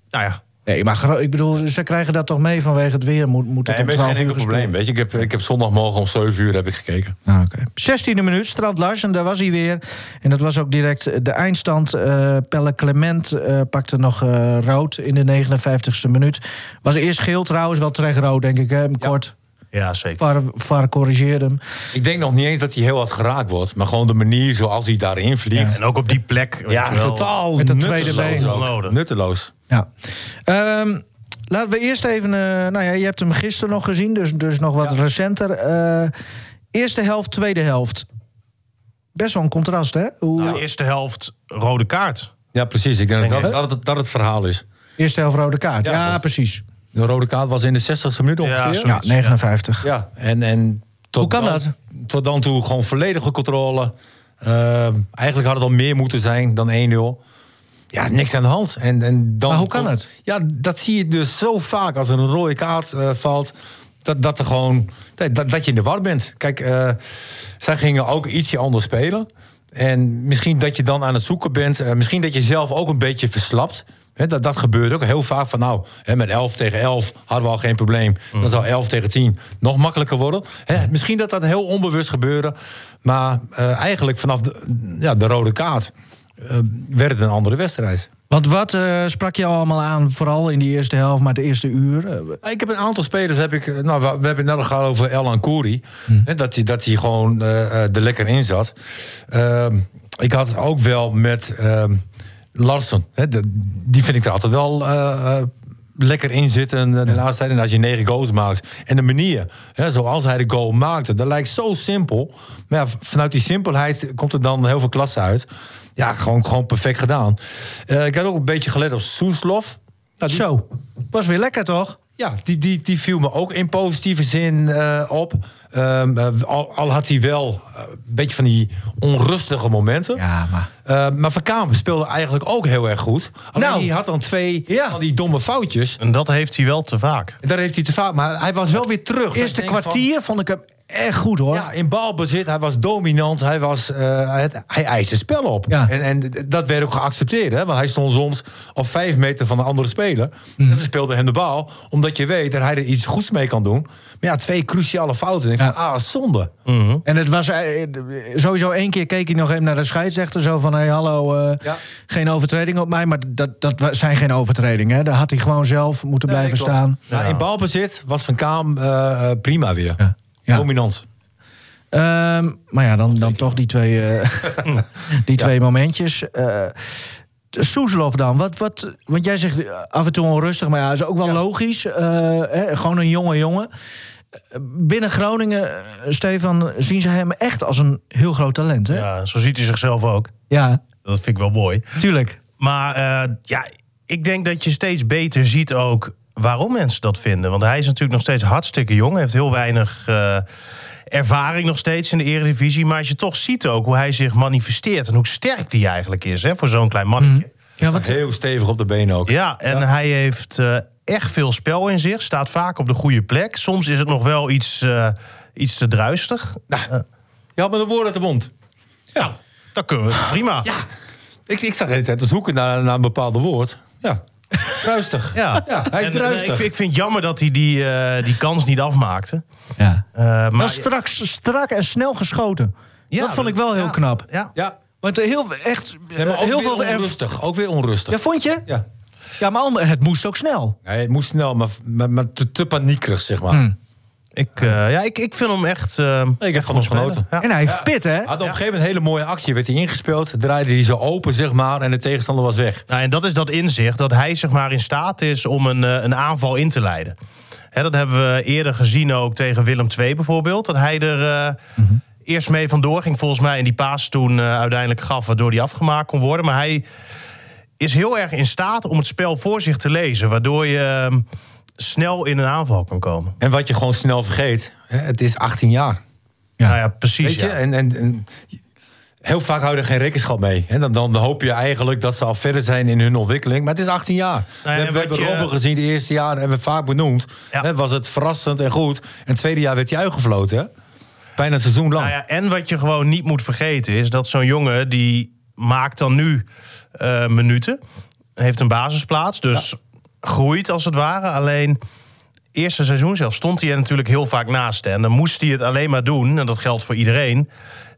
[SPEAKER 5] Nou ja,
[SPEAKER 4] Nee, maar gro- ik bedoel, ze krijgen dat toch mee vanwege het weer. Moet, moet het
[SPEAKER 1] Nee, maar
[SPEAKER 4] om
[SPEAKER 1] het is
[SPEAKER 4] 12
[SPEAKER 1] geen
[SPEAKER 4] uur
[SPEAKER 1] enkel probleem.
[SPEAKER 4] gespeeld.
[SPEAKER 1] Weet je, ik heb, ik heb zondagmorgen om 7 uur heb ik gekeken.
[SPEAKER 4] Ah, oké. 16e minuut, Strand Larsen, daar was hij weer. En dat was ook direct de eindstand. Eh, Pelle Clement eh, pakte nog eh, rood in de 59e minuut. Was eerst geel trouwens, wel terecht rood denk ik, hè? Kort.
[SPEAKER 5] Ja, zeker.
[SPEAKER 4] VAR, VAR corrigeerde hem.
[SPEAKER 1] Ik denk nog niet eens dat hij heel hard geraakt wordt. Maar gewoon de manier zoals hij daarin vliegt.
[SPEAKER 5] En ook op die plek. weet
[SPEAKER 1] Ja,
[SPEAKER 5] je wel. Nou,
[SPEAKER 1] totaal
[SPEAKER 4] Met dat tweede
[SPEAKER 1] nutteloos.
[SPEAKER 5] been.
[SPEAKER 1] ook.
[SPEAKER 5] Onnodig.
[SPEAKER 1] Nutteloos.
[SPEAKER 4] Ja. Ehm, laten we eerst even... eh, nou ja, je hebt hem gisteren nog gezien, dus, dus nog wat recenter. Eh, eerste helft, tweede helft. Best wel een contrast, hè? Hoe,
[SPEAKER 5] Nou, eerste helft rode kaart.
[SPEAKER 1] Ja, precies. Ik denk
[SPEAKER 5] Denk
[SPEAKER 1] dat,
[SPEAKER 5] ik,
[SPEAKER 1] dat, het, dat het verhaal is.
[SPEAKER 4] Eerste helft rode kaart.
[SPEAKER 1] Ja,
[SPEAKER 4] Ja,
[SPEAKER 1] klopt.
[SPEAKER 4] precies.
[SPEAKER 1] De rode kaart was in de 60ste minuut
[SPEAKER 5] Ja,
[SPEAKER 1] ongeveer.
[SPEAKER 5] zo.
[SPEAKER 4] Ja, 59.
[SPEAKER 1] Ja, en, en tot
[SPEAKER 4] Hoe kan
[SPEAKER 1] dan,
[SPEAKER 4] dat?
[SPEAKER 1] Tot dan toe gewoon volledige controle. Ehm, eigenlijk had het al meer moeten zijn dan 1-0. Ja, niks aan de hand. En, en dan
[SPEAKER 4] Maar hoe kan
[SPEAKER 1] komt-
[SPEAKER 4] het?
[SPEAKER 1] Ja, dat zie je dus zo vaak als er een rode kaart eh, valt. Dat, dat, er gewoon, dat, dat- dat je in de war bent. Kijk, eh, zij gingen ook ietsje anders spelen. En misschien dat je dan aan het zoeken bent. eh, misschien dat je zelf ook een beetje verslapt. Hè, dat, dat gebeurt ook heel vaak. Van nou, hè, met 11 tegen 11 hadden we al geen probleem. Dan zou 11 tegen 10 nog makkelijker worden. Hè, misschien dat dat heel onbewust gebeurde. Maar eh, eigenlijk vanaf de, ja, de rode kaart eh, werd het een andere wedstrijd.
[SPEAKER 4] Want wat eh, sprak je allemaal aan, vooral in de eerste helft, maar het eerste uur? Eh,
[SPEAKER 1] Ja, Ik heb een aantal spelers. Heb ik, nou, we, we hebben het net al gehad over Elan Kouri. Hè, Dat hij dat hij gewoon eh, eh, er lekker in zat. Ehm, ik had het ook wel met ehm Larsen. Hè, de- die vind ik er altijd wel eh, eh, lekker in zitten eh, de laatste tijd. En als je negen goals maakt. En de manier hè, zoals hij de goal maakte. Dat lijkt zo simpel. Maar ja, v- vanuit die simpelheid komt er dan heel veel klasse uit. Ja, gewoon, gewoon perfect gedaan. Eh, ik had ook een beetje gelet op Soeslof. Nou, die-
[SPEAKER 4] Zo, was weer lekker toch?
[SPEAKER 1] ja, die, die, die viel me ook in positieve zin eh, op. Ehm, eh, al, al had hij wel eh, een beetje van die onrustige momenten.
[SPEAKER 4] Ja, maar...
[SPEAKER 1] Eh, maar Van Kamer speelde eigenlijk ook heel erg goed. Alleen
[SPEAKER 4] Nou.
[SPEAKER 1] die had dan twee
[SPEAKER 4] Ja.
[SPEAKER 1] van die domme foutjes.
[SPEAKER 5] En dat heeft hij wel te vaak.
[SPEAKER 1] Daar heeft hij te vaak. Maar hij was wel weer terug.
[SPEAKER 4] Eerste
[SPEAKER 1] Ik denk van-
[SPEAKER 4] kwartier vond ik hem echt goed hoor.
[SPEAKER 1] ja, in balbezit. Hij was dominant. Hij, was, eh, het, hij eiste spel op.
[SPEAKER 4] Ja.
[SPEAKER 1] En, en dat werd ook geaccepteerd. Hè? Want hij stond soms op vijf meter van de andere speler.
[SPEAKER 4] Mhm.
[SPEAKER 1] En ze speelden hem de bal. Omdat je weet dat hij er iets goeds mee kan doen. Maar ja, twee cruciale fouten. Ik
[SPEAKER 4] Ja. Mhm.
[SPEAKER 1] denk van, ah, zonde.
[SPEAKER 4] En het was eh, eh, sowieso één keer keek ik nog even naar de scheidsrechter. Zo van, hé hey, hallo, eh,
[SPEAKER 1] Ja.
[SPEAKER 4] geen overtreding op mij. Maar dat, dat wa- zijn geen overtredingen. Hè. Daar had hij gewoon zelf moeten blijven
[SPEAKER 1] Nee, klopt.
[SPEAKER 4] staan.
[SPEAKER 1] Ja, in balbezit was Van Kaam eh, eh, prima weer.
[SPEAKER 4] Ja. Ja.
[SPEAKER 1] Dominant.
[SPEAKER 4] Ehm, maar ja, dan, dan toch die twee, eh, die twee momentjes. Eh Soeslof dan, wat, wat, want jij zegt eh, af en toe onrustig, maar ja, is ook wel logisch. Eh, hè, gewoon een jonge jongen. Eh, Binnen Groningen, eh, Stefan, zien ze hem echt als een heel groot talent. Hè? Ja.
[SPEAKER 5] Ja, zo ziet hij zichzelf ook. Dat vind ik wel mooi.
[SPEAKER 4] tuurlijk.
[SPEAKER 5] Maar eh, ja, ik denk dat je steeds beter ziet ook waarom mensen dat vinden. Want hij is natuurlijk nog steeds hartstikke jong. Heeft heel weinig eh, ervaring nog steeds in de eredivisie. Maar als je toch ziet ook hoe hij zich manifesteert... en hoe sterk die eigenlijk is hè, voor zo'n klein mannetje.
[SPEAKER 1] Mhm.
[SPEAKER 4] Ja, wat,
[SPEAKER 1] Heel stevig op de benen ook.
[SPEAKER 5] Ja, en hij heeft eh, echt veel spel in zich. Staat vaak op de goede plek. Soms is het nog wel iets, eh, iets te druistig.
[SPEAKER 1] Nou, je had me de woorden uit de mond.
[SPEAKER 5] Ja, dat kunnen we. Prima.
[SPEAKER 1] Ja. Ik, ik zag de hele tijd te zoeken naar, naar een bepaald woord. Ja. Ruistig.
[SPEAKER 5] Ja.
[SPEAKER 1] hij is
[SPEAKER 5] En, eh,
[SPEAKER 1] druistig.
[SPEAKER 5] ik, vind- ik vind het jammer dat hij die, eh, die kans niet afmaakte.
[SPEAKER 4] ja.
[SPEAKER 5] Eh,
[SPEAKER 4] Maar
[SPEAKER 5] maar
[SPEAKER 4] Nou, straks strak en snel geschoten.
[SPEAKER 5] Ja,
[SPEAKER 4] dat vond ik wel heel
[SPEAKER 5] ja.
[SPEAKER 4] knap.
[SPEAKER 5] ja.
[SPEAKER 1] Ja.
[SPEAKER 4] Want eh, heel, echt, eh,
[SPEAKER 1] Nee, maar ook
[SPEAKER 4] heel
[SPEAKER 1] weer
[SPEAKER 4] veel... erv-
[SPEAKER 1] onrustig. Ook weer onrustig.
[SPEAKER 4] Ja,
[SPEAKER 1] Ja.
[SPEAKER 4] vond je? Ja, maar ander- het moest ook snel.
[SPEAKER 1] Nee, het moest snel, maar, maar, maar te, te paniekerig, zeg maar.
[SPEAKER 5] Hmm. Ik, eh, ja, ik, ik vind hem echt... eh,
[SPEAKER 1] Ik heb van ons genoten.
[SPEAKER 5] Ja.
[SPEAKER 4] En hij heeft pit, hè?
[SPEAKER 1] Had op een gegeven moment een hele mooie actie. Werd hij ingespeeld, draaide hij zo open, zeg maar. En de tegenstander was weg.
[SPEAKER 5] Nou, en dat is dat inzicht dat hij zeg maar in staat is om een, eh, een aanval in te leiden. Hè, dat hebben we eerder gezien ook tegen Willem II bijvoorbeeld. Dat hij er eh,
[SPEAKER 1] Mhm.
[SPEAKER 5] eerst mee vandoor ging volgens mij. En die paas toen eh, uiteindelijk gaf waardoor die afgemaakt kon worden. Maar hij is heel erg in staat om het spel voor zich te lezen. Waardoor je eh, snel in een aanval kan komen.
[SPEAKER 1] En wat je gewoon snel vergeet. Hè, het is 18 jaar.
[SPEAKER 4] Ja.
[SPEAKER 5] Nou ja, precies.
[SPEAKER 1] Weet je?
[SPEAKER 5] ja.
[SPEAKER 1] En, en, en heel vaak houden er geen rekenschap mee. hè. dan, dan hoop je eigenlijk dat ze al verder zijn in hun ontwikkeling. Maar het is 18 jaar. we
[SPEAKER 5] en
[SPEAKER 1] hebben, we
[SPEAKER 5] wat
[SPEAKER 1] hebben
[SPEAKER 5] je-
[SPEAKER 1] Robben gezien de eerste jaren. Hebben we vaak benoemd.
[SPEAKER 5] Ja.
[SPEAKER 1] Hè, was het verrassend en goed. En het tweede jaar werd hij uitgefloten. hè. Bijna een seizoen lang.
[SPEAKER 5] Nou ja, en wat je gewoon niet moet vergeten is dat zo'n jongen die maakt dan nu eh, minuten, heeft een basisplaats, dus groeit als het ware. Alleen eerste seizoen zelf stond hij er natuurlijk heel vaak naast. hè. En dan moest hij het alleen maar doen, en dat geldt voor iedereen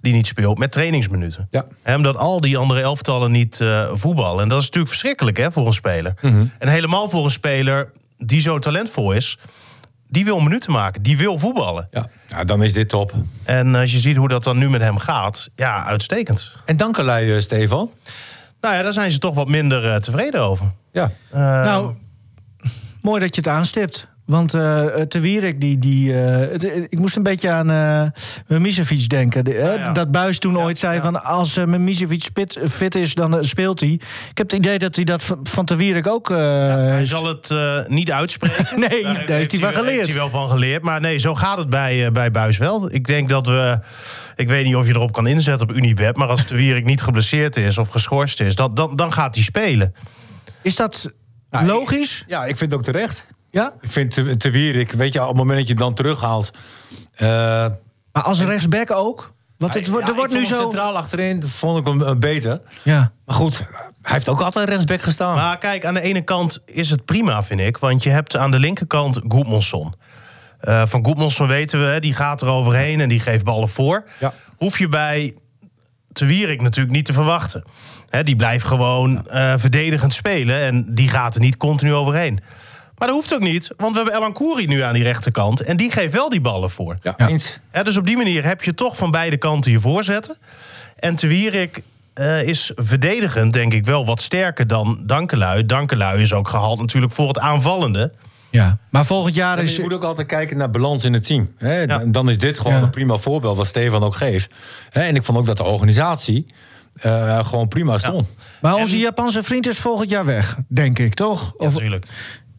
[SPEAKER 5] die niet speelt, met trainingsminuten.
[SPEAKER 1] Ja.
[SPEAKER 5] Hè, omdat al die andere elftallen niet eh, voetballen. En dat is natuurlijk verschrikkelijk hè, voor een speler. En helemaal voor een speler die zo talentvol is Die wil minuten maken. Die wil voetballen.
[SPEAKER 1] Ja. ja, dan is dit top.
[SPEAKER 5] En als je ziet hoe dat dan nu met hem gaat, ja, uitstekend.
[SPEAKER 1] En dankelui, eh, Stefan.
[SPEAKER 5] Nou ja, daar zijn ze toch wat minder eh, tevreden over.
[SPEAKER 1] Ja.
[SPEAKER 4] nou, mooi dat je het aanstipt. Want eh Te Wierik, die, die, eh, het- ik moest een beetje aan eh Mimicevic denken. De- hè,
[SPEAKER 5] Ja, ja.
[SPEAKER 4] Dat Buis toen ooit zei
[SPEAKER 5] ja.
[SPEAKER 4] van als eh Mimicevic fit, fit is, dan eh, speelt hij. Ik heb het idee dat hij dat van, van Te Wierik ook... eh,
[SPEAKER 5] Hij
[SPEAKER 4] heeft.
[SPEAKER 5] zal het eh, niet uitspreken.
[SPEAKER 4] nee,
[SPEAKER 5] Daar
[SPEAKER 4] daar heeft hij van
[SPEAKER 5] Heeft
[SPEAKER 4] geleerd.
[SPEAKER 5] hij wel van geleerd. Maar nee, zo gaat het bij, eh, bij Buis wel. Ik denk dat we. Ik weet niet of je erop kan inzetten op Unibet. Maar als de Wierik niet geblesseerd is of geschorst is, dat, dan, dan gaat hij spelen.
[SPEAKER 4] Is dat
[SPEAKER 1] Nou, ik-
[SPEAKER 4] logisch?
[SPEAKER 1] ja, ik vind het ook terecht.
[SPEAKER 4] Ja?
[SPEAKER 1] Ik vind te, te Wierik, weet je, op het moment dat je hem dan terughaalt. eh,
[SPEAKER 4] Maar als rechtsback ook? Want het,
[SPEAKER 1] hij-
[SPEAKER 4] wordt
[SPEAKER 1] ja,
[SPEAKER 4] er wordt
[SPEAKER 1] ik
[SPEAKER 4] nu
[SPEAKER 1] vond hem
[SPEAKER 4] zo...
[SPEAKER 1] Centraal achterin vond ik hem eh, beter.
[SPEAKER 4] Ja.
[SPEAKER 1] Maar goed, hij heeft ook altijd rechtsback gestaan.
[SPEAKER 5] Maar kijk, aan de ene kant is het prima, vind ik. Want je hebt aan de linkerkant Goedmonson. Eh, van Goedmonson weten we, hè, die gaat er overheen en die geeft ballen voor.
[SPEAKER 1] Ja.
[SPEAKER 5] Hoef je bij Te Wierik natuurlijk niet te verwachten. Hè, die blijft gewoon eh, verdedigend spelen en die gaat er niet continu overheen. Maar dat hoeft ook niet, want we hebben Elan Kouri nu aan die rechterkant... en die geeft wel die ballen voor.
[SPEAKER 1] ja, eens.
[SPEAKER 5] Hè, dus op die manier heb je toch van beide kanten je voorzetten. En Te Wierik eh, is verdedigend, denk ik, wel wat sterker dan Dankelui. Dankelui is ook gehaald natuurlijk voor het aanvallende.
[SPEAKER 4] ja. Maar volgend jaar
[SPEAKER 1] Ja, maar
[SPEAKER 4] is...
[SPEAKER 1] je moet ook altijd kijken naar balans in het team. Hè?
[SPEAKER 5] Ja.
[SPEAKER 1] Dan is dit gewoon
[SPEAKER 4] Ja.
[SPEAKER 1] een prima voorbeeld wat Stefan ook geeft. Hè? En ik vond ook dat de organisatie eh, gewoon prima stond.
[SPEAKER 4] Maar onze
[SPEAKER 5] En-
[SPEAKER 4] Japanse vriend is volgend jaar weg, denk ik, toch? Of,
[SPEAKER 5] Natuurlijk.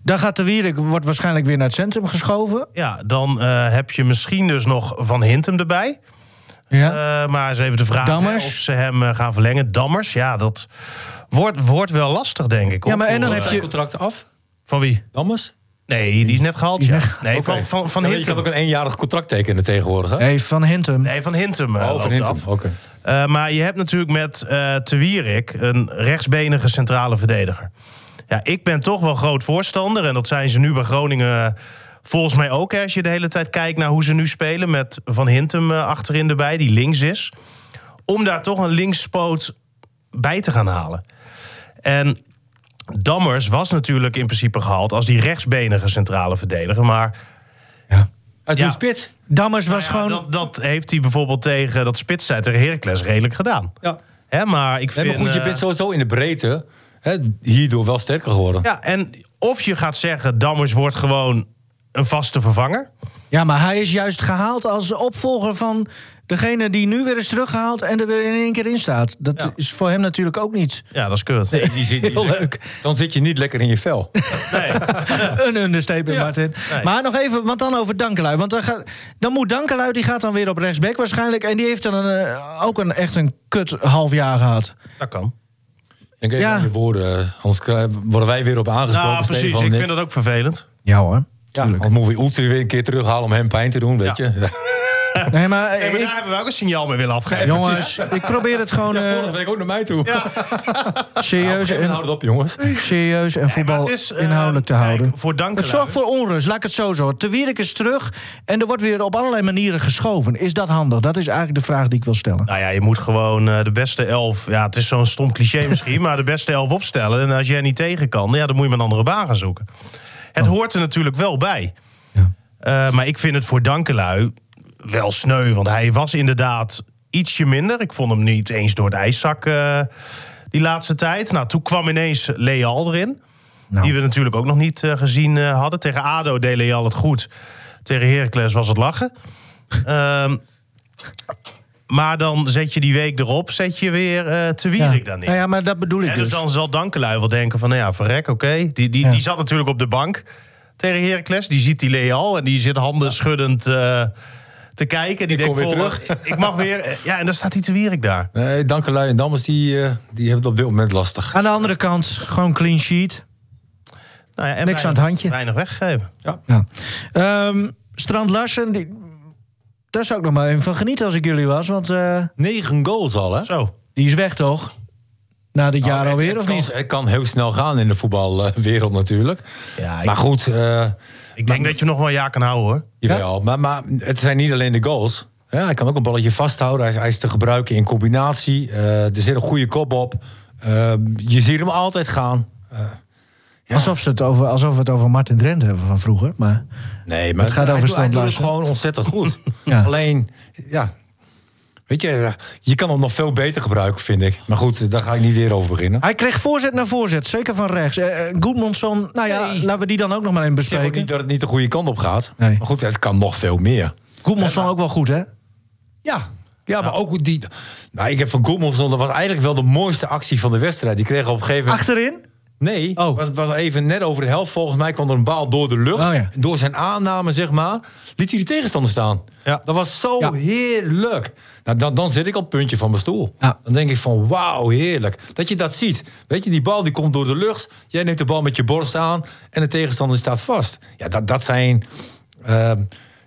[SPEAKER 4] dan gaat de Wierik, wordt waarschijnlijk weer naar het centrum geschoven.
[SPEAKER 5] Ja, dan eh, heb je misschien dus nog Van Hintem erbij.
[SPEAKER 4] Ja.
[SPEAKER 5] Eh, maar eens even de vraag hè,
[SPEAKER 4] Dammers.
[SPEAKER 5] of ze hem eh, gaan verlengen. Dammers, ja, dat wordt, wordt wel lastig, denk ik. hoor,
[SPEAKER 4] Ja, maar en
[SPEAKER 5] voor,
[SPEAKER 4] dan
[SPEAKER 5] eh,
[SPEAKER 4] heb
[SPEAKER 1] Heeft
[SPEAKER 4] je-
[SPEAKER 1] je contract af,
[SPEAKER 5] Van wie?
[SPEAKER 1] Dammers?
[SPEAKER 5] Nee, die is net gehaald, ja. Nee,
[SPEAKER 1] Oké.
[SPEAKER 5] van, van, van
[SPEAKER 1] Ja, maar Je
[SPEAKER 5] Hintem.
[SPEAKER 1] kan ook een eenjarig contract tekenen tegenwoordig. Hè?
[SPEAKER 4] Nee, van Hintem.
[SPEAKER 5] Nee, van Hintem eh,
[SPEAKER 1] Oh,
[SPEAKER 5] loopt
[SPEAKER 1] van Hintem.
[SPEAKER 5] af.
[SPEAKER 1] Oké.
[SPEAKER 5] Eh, maar je hebt natuurlijk met eh Te Wierik een rechtsbenige centrale verdediger. Ja, ik ben toch wel groot voorstander. En dat zijn ze nu bij Groningen eh, volgens mij ook. Hè, als je de hele tijd kijkt naar hoe ze nu spelen. Met Van Hintem eh, achterin erbij, die links is. Om daar toch een linkspoot bij te gaan halen. En Dammers was natuurlijk in principe gehaald als die rechtsbenige centrale verdediger. Maar
[SPEAKER 1] Hij
[SPEAKER 5] Ja.
[SPEAKER 1] doet spits.
[SPEAKER 4] Dammers was
[SPEAKER 5] nou ja,
[SPEAKER 4] gewoon...
[SPEAKER 5] dat, dat heeft hij bijvoorbeeld tegen dat spitstijd tegen Heracles redelijk gedaan.
[SPEAKER 1] Ja.
[SPEAKER 5] Hè, maar ik
[SPEAKER 1] Nee,
[SPEAKER 5] vind...
[SPEAKER 1] maar goed, je
[SPEAKER 5] eh,
[SPEAKER 1] bent sowieso in de breedte hè, hierdoor wel sterker geworden.
[SPEAKER 5] Ja, en of je gaat zeggen, Dammers wordt gewoon een vaste vervanger.
[SPEAKER 4] Ja, maar hij is juist gehaald als opvolger van degene die nu weer is teruggehaald en er weer in één keer in staat. Dat
[SPEAKER 5] Ja.
[SPEAKER 4] is voor hem natuurlijk ook niet
[SPEAKER 5] Ja, dat is kut.
[SPEAKER 1] Nee, die zit niet
[SPEAKER 4] heel
[SPEAKER 1] lekker.
[SPEAKER 4] leuk.
[SPEAKER 1] Dan zit je niet lekker in je vel.
[SPEAKER 5] Nee.
[SPEAKER 4] Een understatement, Martin.
[SPEAKER 5] Nee.
[SPEAKER 4] Maar nog even, want dan over Dankelui. Want dan, gaat, dan moet Dankelui, die gaat dan weer op rechtsback waarschijnlijk. En die heeft dan een, eh, ook een, echt een kut half jaar gehad.
[SPEAKER 5] Dat kan.
[SPEAKER 1] Denk even
[SPEAKER 4] Ja.
[SPEAKER 1] aan je woorden. eh, Anders krijgen- worden wij weer op aangesproken.
[SPEAKER 5] Nou, precies.
[SPEAKER 1] Stefan en
[SPEAKER 5] Ik
[SPEAKER 1] ik.
[SPEAKER 5] vind dat ook vervelend.
[SPEAKER 4] Ja hoor.
[SPEAKER 1] Ja, dan moeten we Oeltje weer een keer terughalen om hem pijn te doen, weet
[SPEAKER 5] Ja.
[SPEAKER 1] je.
[SPEAKER 4] Nee, maar, eh,
[SPEAKER 5] Nee, maar
[SPEAKER 4] ik-
[SPEAKER 5] daar hebben we ook een signaal mee willen afgeven.
[SPEAKER 4] jongens, ik probeer het gewoon eh,
[SPEAKER 1] Vorige week ook naar mij toe.
[SPEAKER 4] serieus,
[SPEAKER 1] En
[SPEAKER 4] en,
[SPEAKER 1] houd het op, jongens.
[SPEAKER 4] serieus en
[SPEAKER 5] maar het
[SPEAKER 4] voetbal
[SPEAKER 5] is, eh,
[SPEAKER 4] inhoudelijk te
[SPEAKER 5] kijk,
[SPEAKER 4] houden.
[SPEAKER 5] voor Dankelui-
[SPEAKER 4] Het zorgt voor onrust, laat ik het zo zo. Te Wierik is terug en er wordt weer op allerlei manieren geschoven. Is dat handig? Dat is eigenlijk de vraag die ik wil stellen.
[SPEAKER 5] Nou ja, je moet gewoon eh, de beste elf... Ja, het is zo'n stom cliché misschien, maar de beste elf opstellen. En als jij niet tegen kan, ja, dan moet je maar een andere baan gaan zoeken. Het hoort er natuurlijk wel bij. Eh, maar ik vind het voor Dankelui wel sneu. Want hij was inderdaad ietsje minder. Ik vond hem niet eens door het ijszak eh, die laatste tijd. Nou, toen kwam ineens Leal erin.
[SPEAKER 4] Nou.
[SPEAKER 5] Die we natuurlijk ook nog niet eh, gezien eh, hadden. Tegen ADO deed Leal het goed. Tegen Heracles was het lachen. Ehm, maar dan zet je die week erop, zet je weer eh te
[SPEAKER 4] Ja.
[SPEAKER 5] Wierik dan neer.
[SPEAKER 4] Nou ja, maar dat bedoel ik
[SPEAKER 5] Hè, dus
[SPEAKER 4] dus.
[SPEAKER 5] dan zal Dankelui wel denken van, nou ja, verrek, oké. Die, die,
[SPEAKER 4] Ja.
[SPEAKER 5] die zat natuurlijk op de bank tegen Heracles. Die ziet die Leal en die zit handen schuddend eh, te kijken. Die
[SPEAKER 1] Ik kom
[SPEAKER 5] denkt,
[SPEAKER 1] weer
[SPEAKER 5] vol, ik mag weer... Ja, en dan staat hij te wierik daar.
[SPEAKER 1] Nee, Dankelui en Dammers, die, eh, die hebben het op dit moment lastig.
[SPEAKER 4] Aan de andere kant, gewoon clean sheet.
[SPEAKER 5] Nou ja, en
[SPEAKER 4] Niks aan het handje.
[SPEAKER 5] Weinig weggeven.
[SPEAKER 4] Ja. Ehm, Strand Larsen, die, daar zou ik nog maar even van genieten als ik jullie was. Want eh,
[SPEAKER 1] Negen goals al, hè?
[SPEAKER 5] Zo.
[SPEAKER 4] die is weg toch? Na
[SPEAKER 5] Oh,
[SPEAKER 4] dit jaar
[SPEAKER 1] Nou, het-
[SPEAKER 4] alweer,
[SPEAKER 1] het
[SPEAKER 4] of
[SPEAKER 1] kan-
[SPEAKER 4] niet?
[SPEAKER 1] Het kan heel snel gaan in de voetbalwereld natuurlijk.
[SPEAKER 5] Ja, ik-
[SPEAKER 1] maar goed, eh
[SPEAKER 5] Ik denk dat je hem nog wel een jaar kan houden, hoor.
[SPEAKER 1] jawel. Maar, maar het zijn niet alleen de goals. Ja, hij kan ook een balletje vasthouden. Hij is, hij is te gebruiken in combinatie. Eh, er zit een goede kop op. Eh, je ziet hem altijd gaan. Eh,
[SPEAKER 4] Alsof, ze het over, alsof we het over Martin Drent hebben van vroeger. Maar
[SPEAKER 1] Nee, maar
[SPEAKER 4] Het gaat over
[SPEAKER 1] hij, doet- hij doet het
[SPEAKER 4] standluizen.
[SPEAKER 1] gewoon ontzettend goed.
[SPEAKER 4] Ja.
[SPEAKER 1] Alleen, ja. Weet je, je kan hem nog veel beter gebruiken, vind ik. Maar goed, daar ga ik niet weer over beginnen.
[SPEAKER 4] hij kreeg voorzet na voorzet, zeker van rechts. Eh eh, Goedmundsson, nou ja,
[SPEAKER 1] Nee.
[SPEAKER 4] laten we die dan ook nog maar even
[SPEAKER 1] Ik zeg ook
[SPEAKER 4] bespreken.
[SPEAKER 1] niet dat het niet de goede kant op gaat.
[SPEAKER 4] Nee.
[SPEAKER 1] Maar goed, het kan nog veel meer.
[SPEAKER 4] Goedmundsson ook wel goed, hè?
[SPEAKER 1] Ja. Ja, maar ook hoe die. Nou, ik heb van Goedmanson, dat was eigenlijk wel de mooiste actie van de wedstrijd. Die kreeg op een gegeven moment.
[SPEAKER 4] Achterin?
[SPEAKER 1] Nee,
[SPEAKER 4] Oh.
[SPEAKER 1] was, was even net over de helft. Volgens mij kwam er een bal door de lucht.
[SPEAKER 4] Oh ja.
[SPEAKER 1] En Door zijn aanname, zeg maar, liet hij de tegenstander staan.
[SPEAKER 5] Ja.
[SPEAKER 1] Dat was zo
[SPEAKER 4] Ja.
[SPEAKER 1] heerlijk. Nou, dan, dan zit ik op het puntje van mijn stoel.
[SPEAKER 4] Ja.
[SPEAKER 1] Dan denk ik van, wauw, heerlijk. Dat je dat ziet. Weet je, die bal die komt door de lucht. Jij neemt de bal met je borst aan en de tegenstander staat vast. Ja, dat, dat zijn... ehm,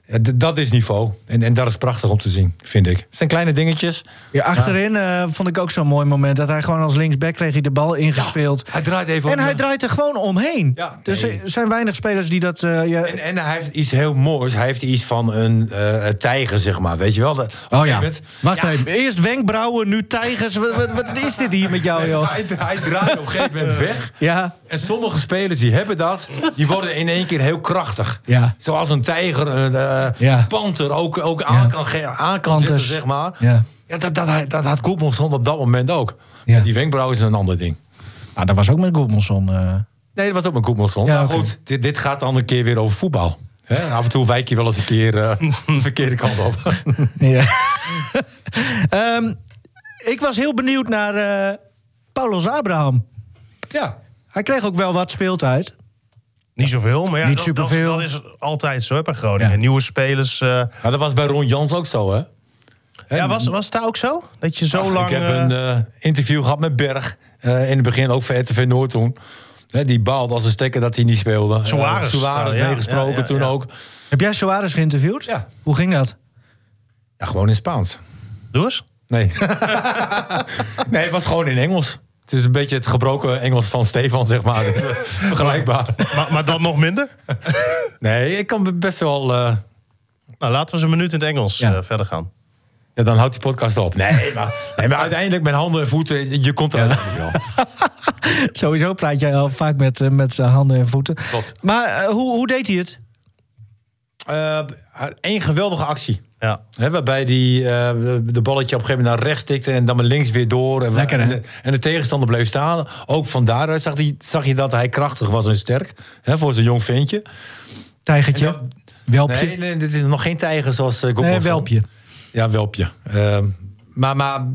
[SPEAKER 1] ja, d- dat is niveau. En, en dat is prachtig om te zien, vind ik. Het zijn kleine dingetjes.
[SPEAKER 4] Ja, achterin eh, vond ik ook zo'n mooi moment. Dat hij gewoon als linksback kreeg hij de bal ingespeeld.
[SPEAKER 1] Hij draait even
[SPEAKER 4] en
[SPEAKER 1] om,
[SPEAKER 4] hij
[SPEAKER 1] ja.
[SPEAKER 4] draait er gewoon omheen.
[SPEAKER 1] Ja,
[SPEAKER 4] dus
[SPEAKER 1] nee.
[SPEAKER 4] er zijn weinig spelers die dat... eh, ja,
[SPEAKER 1] En, en hij heeft iets heel moois. Hij heeft iets van een eh, tijger, zeg maar. Weet je wel? Dat- op een
[SPEAKER 4] oh
[SPEAKER 1] gegeven
[SPEAKER 4] ja,
[SPEAKER 1] moment-
[SPEAKER 4] wacht
[SPEAKER 1] Ja,
[SPEAKER 4] even. Eerst wenkbrauwen, nu tijgers. Wat, wat, wat is dit hier met jou, Oh, joh?
[SPEAKER 1] Hij, hij draait op een gegeven moment weg.
[SPEAKER 4] Ja,
[SPEAKER 1] En sommige spelers die hebben dat, die worden in één keer heel krachtig.
[SPEAKER 4] Ja.
[SPEAKER 1] Zoals een tijger, een eh,
[SPEAKER 4] Ja.
[SPEAKER 1] panter ook, ook aan kan, ge- aan kan
[SPEAKER 4] Panters.
[SPEAKER 1] zetten, zeg maar.
[SPEAKER 4] Ja.
[SPEAKER 1] Ja, dat, dat, hij- dat had Koepelson op dat moment ook.
[SPEAKER 4] Ja.
[SPEAKER 1] Maar Die wenkbrauw is een ander ding.
[SPEAKER 4] nou, dat was ook met Goedmundsson. eh.
[SPEAKER 1] Nee, dat was ook met Koepelson.
[SPEAKER 4] Ja,
[SPEAKER 1] maar
[SPEAKER 4] oké.
[SPEAKER 1] goed, dit, dit gaat dan een keer weer over voetbal. Hè, af en toe wijk je wel eens een keer eh, de verkeerde kant op.
[SPEAKER 4] Ja. Ehm, ik was heel benieuwd naar eh Paulus Abraham.
[SPEAKER 1] ja.
[SPEAKER 4] Hij kreeg ook wel wat speeltijd.
[SPEAKER 5] Niet zoveel, maar ja,
[SPEAKER 4] Niet
[SPEAKER 5] dat- dat,
[SPEAKER 4] superveel.
[SPEAKER 5] Dat, is altijd zo hè, bij Groningen.
[SPEAKER 4] Ja.
[SPEAKER 5] Nieuwe spelers. eh,
[SPEAKER 1] Maar Nou, dat was bij Ron Jans ook zo, hè?
[SPEAKER 5] ja, was, was het daar ook zo? Dat je zo
[SPEAKER 1] Ah,
[SPEAKER 5] lang...
[SPEAKER 1] Ik heb
[SPEAKER 5] eh,
[SPEAKER 1] een eh, interview gehad met Berg. eh, in het begin ook voor RTV Noord toen. Hè, die baalde als een stekker dat hij niet speelde.
[SPEAKER 5] Suarez.
[SPEAKER 1] Eh, Suarez
[SPEAKER 5] Ja, ja,
[SPEAKER 1] meegesproken
[SPEAKER 5] ja, ja.
[SPEAKER 1] toen ook.
[SPEAKER 4] Heb jij Soares geïnterviewd?
[SPEAKER 1] Ja.
[SPEAKER 4] Hoe ging dat?
[SPEAKER 1] Ja, gewoon in Spaans.
[SPEAKER 5] Doe eens.
[SPEAKER 1] Nee. nee, het was gewoon in Engels. Het is een beetje het gebroken Engels van Stefan, zeg maar. Dat is, eh, Vergelijkbaar.
[SPEAKER 5] Maar, maar dan nog minder?
[SPEAKER 1] Nee, ik kan best wel... eh,
[SPEAKER 5] Nou, laten we eens een minuut in het Engels
[SPEAKER 4] Ja.
[SPEAKER 5] eh, verder gaan.
[SPEAKER 1] ja, dan houdt die podcast op. Nee, maar, nee, maar uiteindelijk met handen en voeten, je komt er wel.
[SPEAKER 4] Sowieso praat jij al vaak met, eh, met zijn handen en voeten.
[SPEAKER 1] Klopt.
[SPEAKER 4] Maar eh, hoe, hoe deed hij het?
[SPEAKER 1] Eén Eh, geweldige actie.
[SPEAKER 5] Ja.
[SPEAKER 1] Hè, waarbij die eh, de balletje op een gegeven moment naar rechts tikte en dan met links weer door. En,
[SPEAKER 4] Lekker, hè?
[SPEAKER 1] en, de, en de tegenstander bleef staan. Ook van daaruit zag, die, zag je dat hij krachtig was en sterk. Hè, voor zo'n jong ventje.
[SPEAKER 4] Tijgertje?
[SPEAKER 1] En dat-
[SPEAKER 4] Welpje?
[SPEAKER 1] Nee, nee, dit is nog geen tijger zoals uh,
[SPEAKER 4] Nee, welpje.
[SPEAKER 1] Ja, welpje. Ehm, maar, maar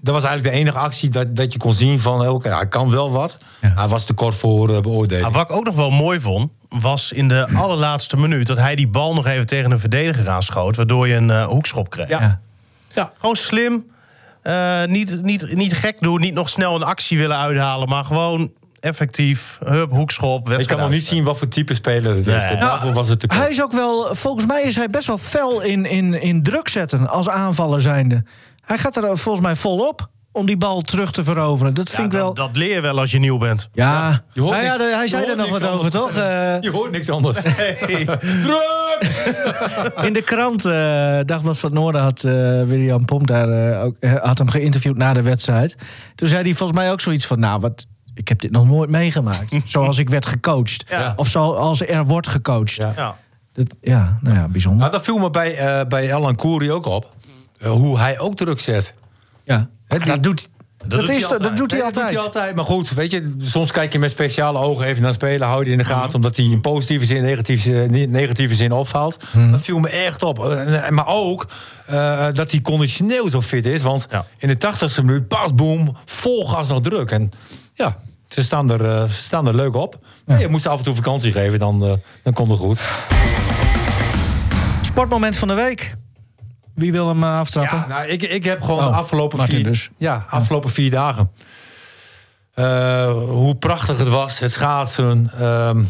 [SPEAKER 1] dat was eigenlijk de enige actie dat, dat je kon zien van... eh, oké, hij kan wel wat. Hij was te kort voor eh,
[SPEAKER 5] Maar
[SPEAKER 1] beoordeling.
[SPEAKER 5] Ah, wat ik ook nog wel mooi vond, was in de allerlaatste minuut... dat hij die bal nog even tegen een verdediger aanschoot... waardoor je een eh, hoekschop kreeg.
[SPEAKER 1] Ja.
[SPEAKER 4] Ja.
[SPEAKER 1] ja.
[SPEAKER 5] Gewoon slim. eh, niet, niet, niet gek doen, niet nog snel een actie willen uithalen... maar gewoon effectief, hup, hoekschop, wedstrijd.
[SPEAKER 1] Ik kan nog niet zien wat voor type speler het is.
[SPEAKER 5] Nee.
[SPEAKER 1] En Daarvoor was het te kort.
[SPEAKER 4] Nou, Hij is ook wel, volgens mij is hij best wel fel in, in, in druk zetten als aanvaller zijnde. Hij gaat er volgens mij vol op om die bal terug te veroveren. Dat
[SPEAKER 5] Ja,
[SPEAKER 4] vind ik wel.
[SPEAKER 5] dat, dat leer je wel als je nieuw bent.
[SPEAKER 4] ja,
[SPEAKER 1] Je hoort
[SPEAKER 4] Nou ja,
[SPEAKER 1] niks-
[SPEAKER 4] de- hij
[SPEAKER 1] je
[SPEAKER 4] zei er
[SPEAKER 1] hoort
[SPEAKER 4] nog
[SPEAKER 1] niks
[SPEAKER 4] wat over,
[SPEAKER 1] anders.
[SPEAKER 4] toch? Eh,
[SPEAKER 1] Je hoort niks anders. Druk!
[SPEAKER 4] In de krant, eh, Dagblad van het Noorden, had eh, William Pomp daar, eh, ook, eh, had hem geïnterviewd na de wedstrijd. Toen zei hij volgens mij ook zoiets van, nou, wat, ik heb dit nog nooit meegemaakt. zoals ik werd gecoacht.
[SPEAKER 5] Ja.
[SPEAKER 4] Of zoals er wordt gecoacht. Ja,
[SPEAKER 1] Ja.
[SPEAKER 5] Ja.
[SPEAKER 4] dat, ja nou ja, bijzonder.
[SPEAKER 1] Nou, dat viel me bij, eh bij Alan Koeri ook op. Eh, hoe hij ook druk zet.
[SPEAKER 4] Ja.
[SPEAKER 1] Hè, die-
[SPEAKER 4] dat doet, dat
[SPEAKER 5] doet hij
[SPEAKER 4] is, dat
[SPEAKER 5] altijd.
[SPEAKER 4] doet hij
[SPEAKER 1] Nee, dat
[SPEAKER 4] altijd.
[SPEAKER 1] doet hij altijd. Maar goed, weet je, soms kijk je met speciale ogen even naar spelen. Hou je die in de gaten, omdat hij in positieve zin, negatieve, eh, niet- negatieve zin opvalt. Dat viel me echt op. Eh, en- Maar ook eh, dat hij conditioneel zo fit is. Want
[SPEAKER 5] Ja.
[SPEAKER 1] in de tachtigste minuut, pas boom, vol gas nog druk. En ja, ze staan er, eh, ze staan er leuk op. Maar Je moest af en toe vakantie geven, dan, eh, dan komt het goed.
[SPEAKER 4] Sportmoment van de week. Wie wil hem eh, aftrappen?
[SPEAKER 1] Ja, nou, ik, ik heb gewoon
[SPEAKER 4] Oh,
[SPEAKER 1] de afgelopen
[SPEAKER 4] Martin
[SPEAKER 1] vier,
[SPEAKER 4] dus.
[SPEAKER 1] ja, afgelopen vier dagen. Eh, hoe prachtig het was, het schaatsen, ehm,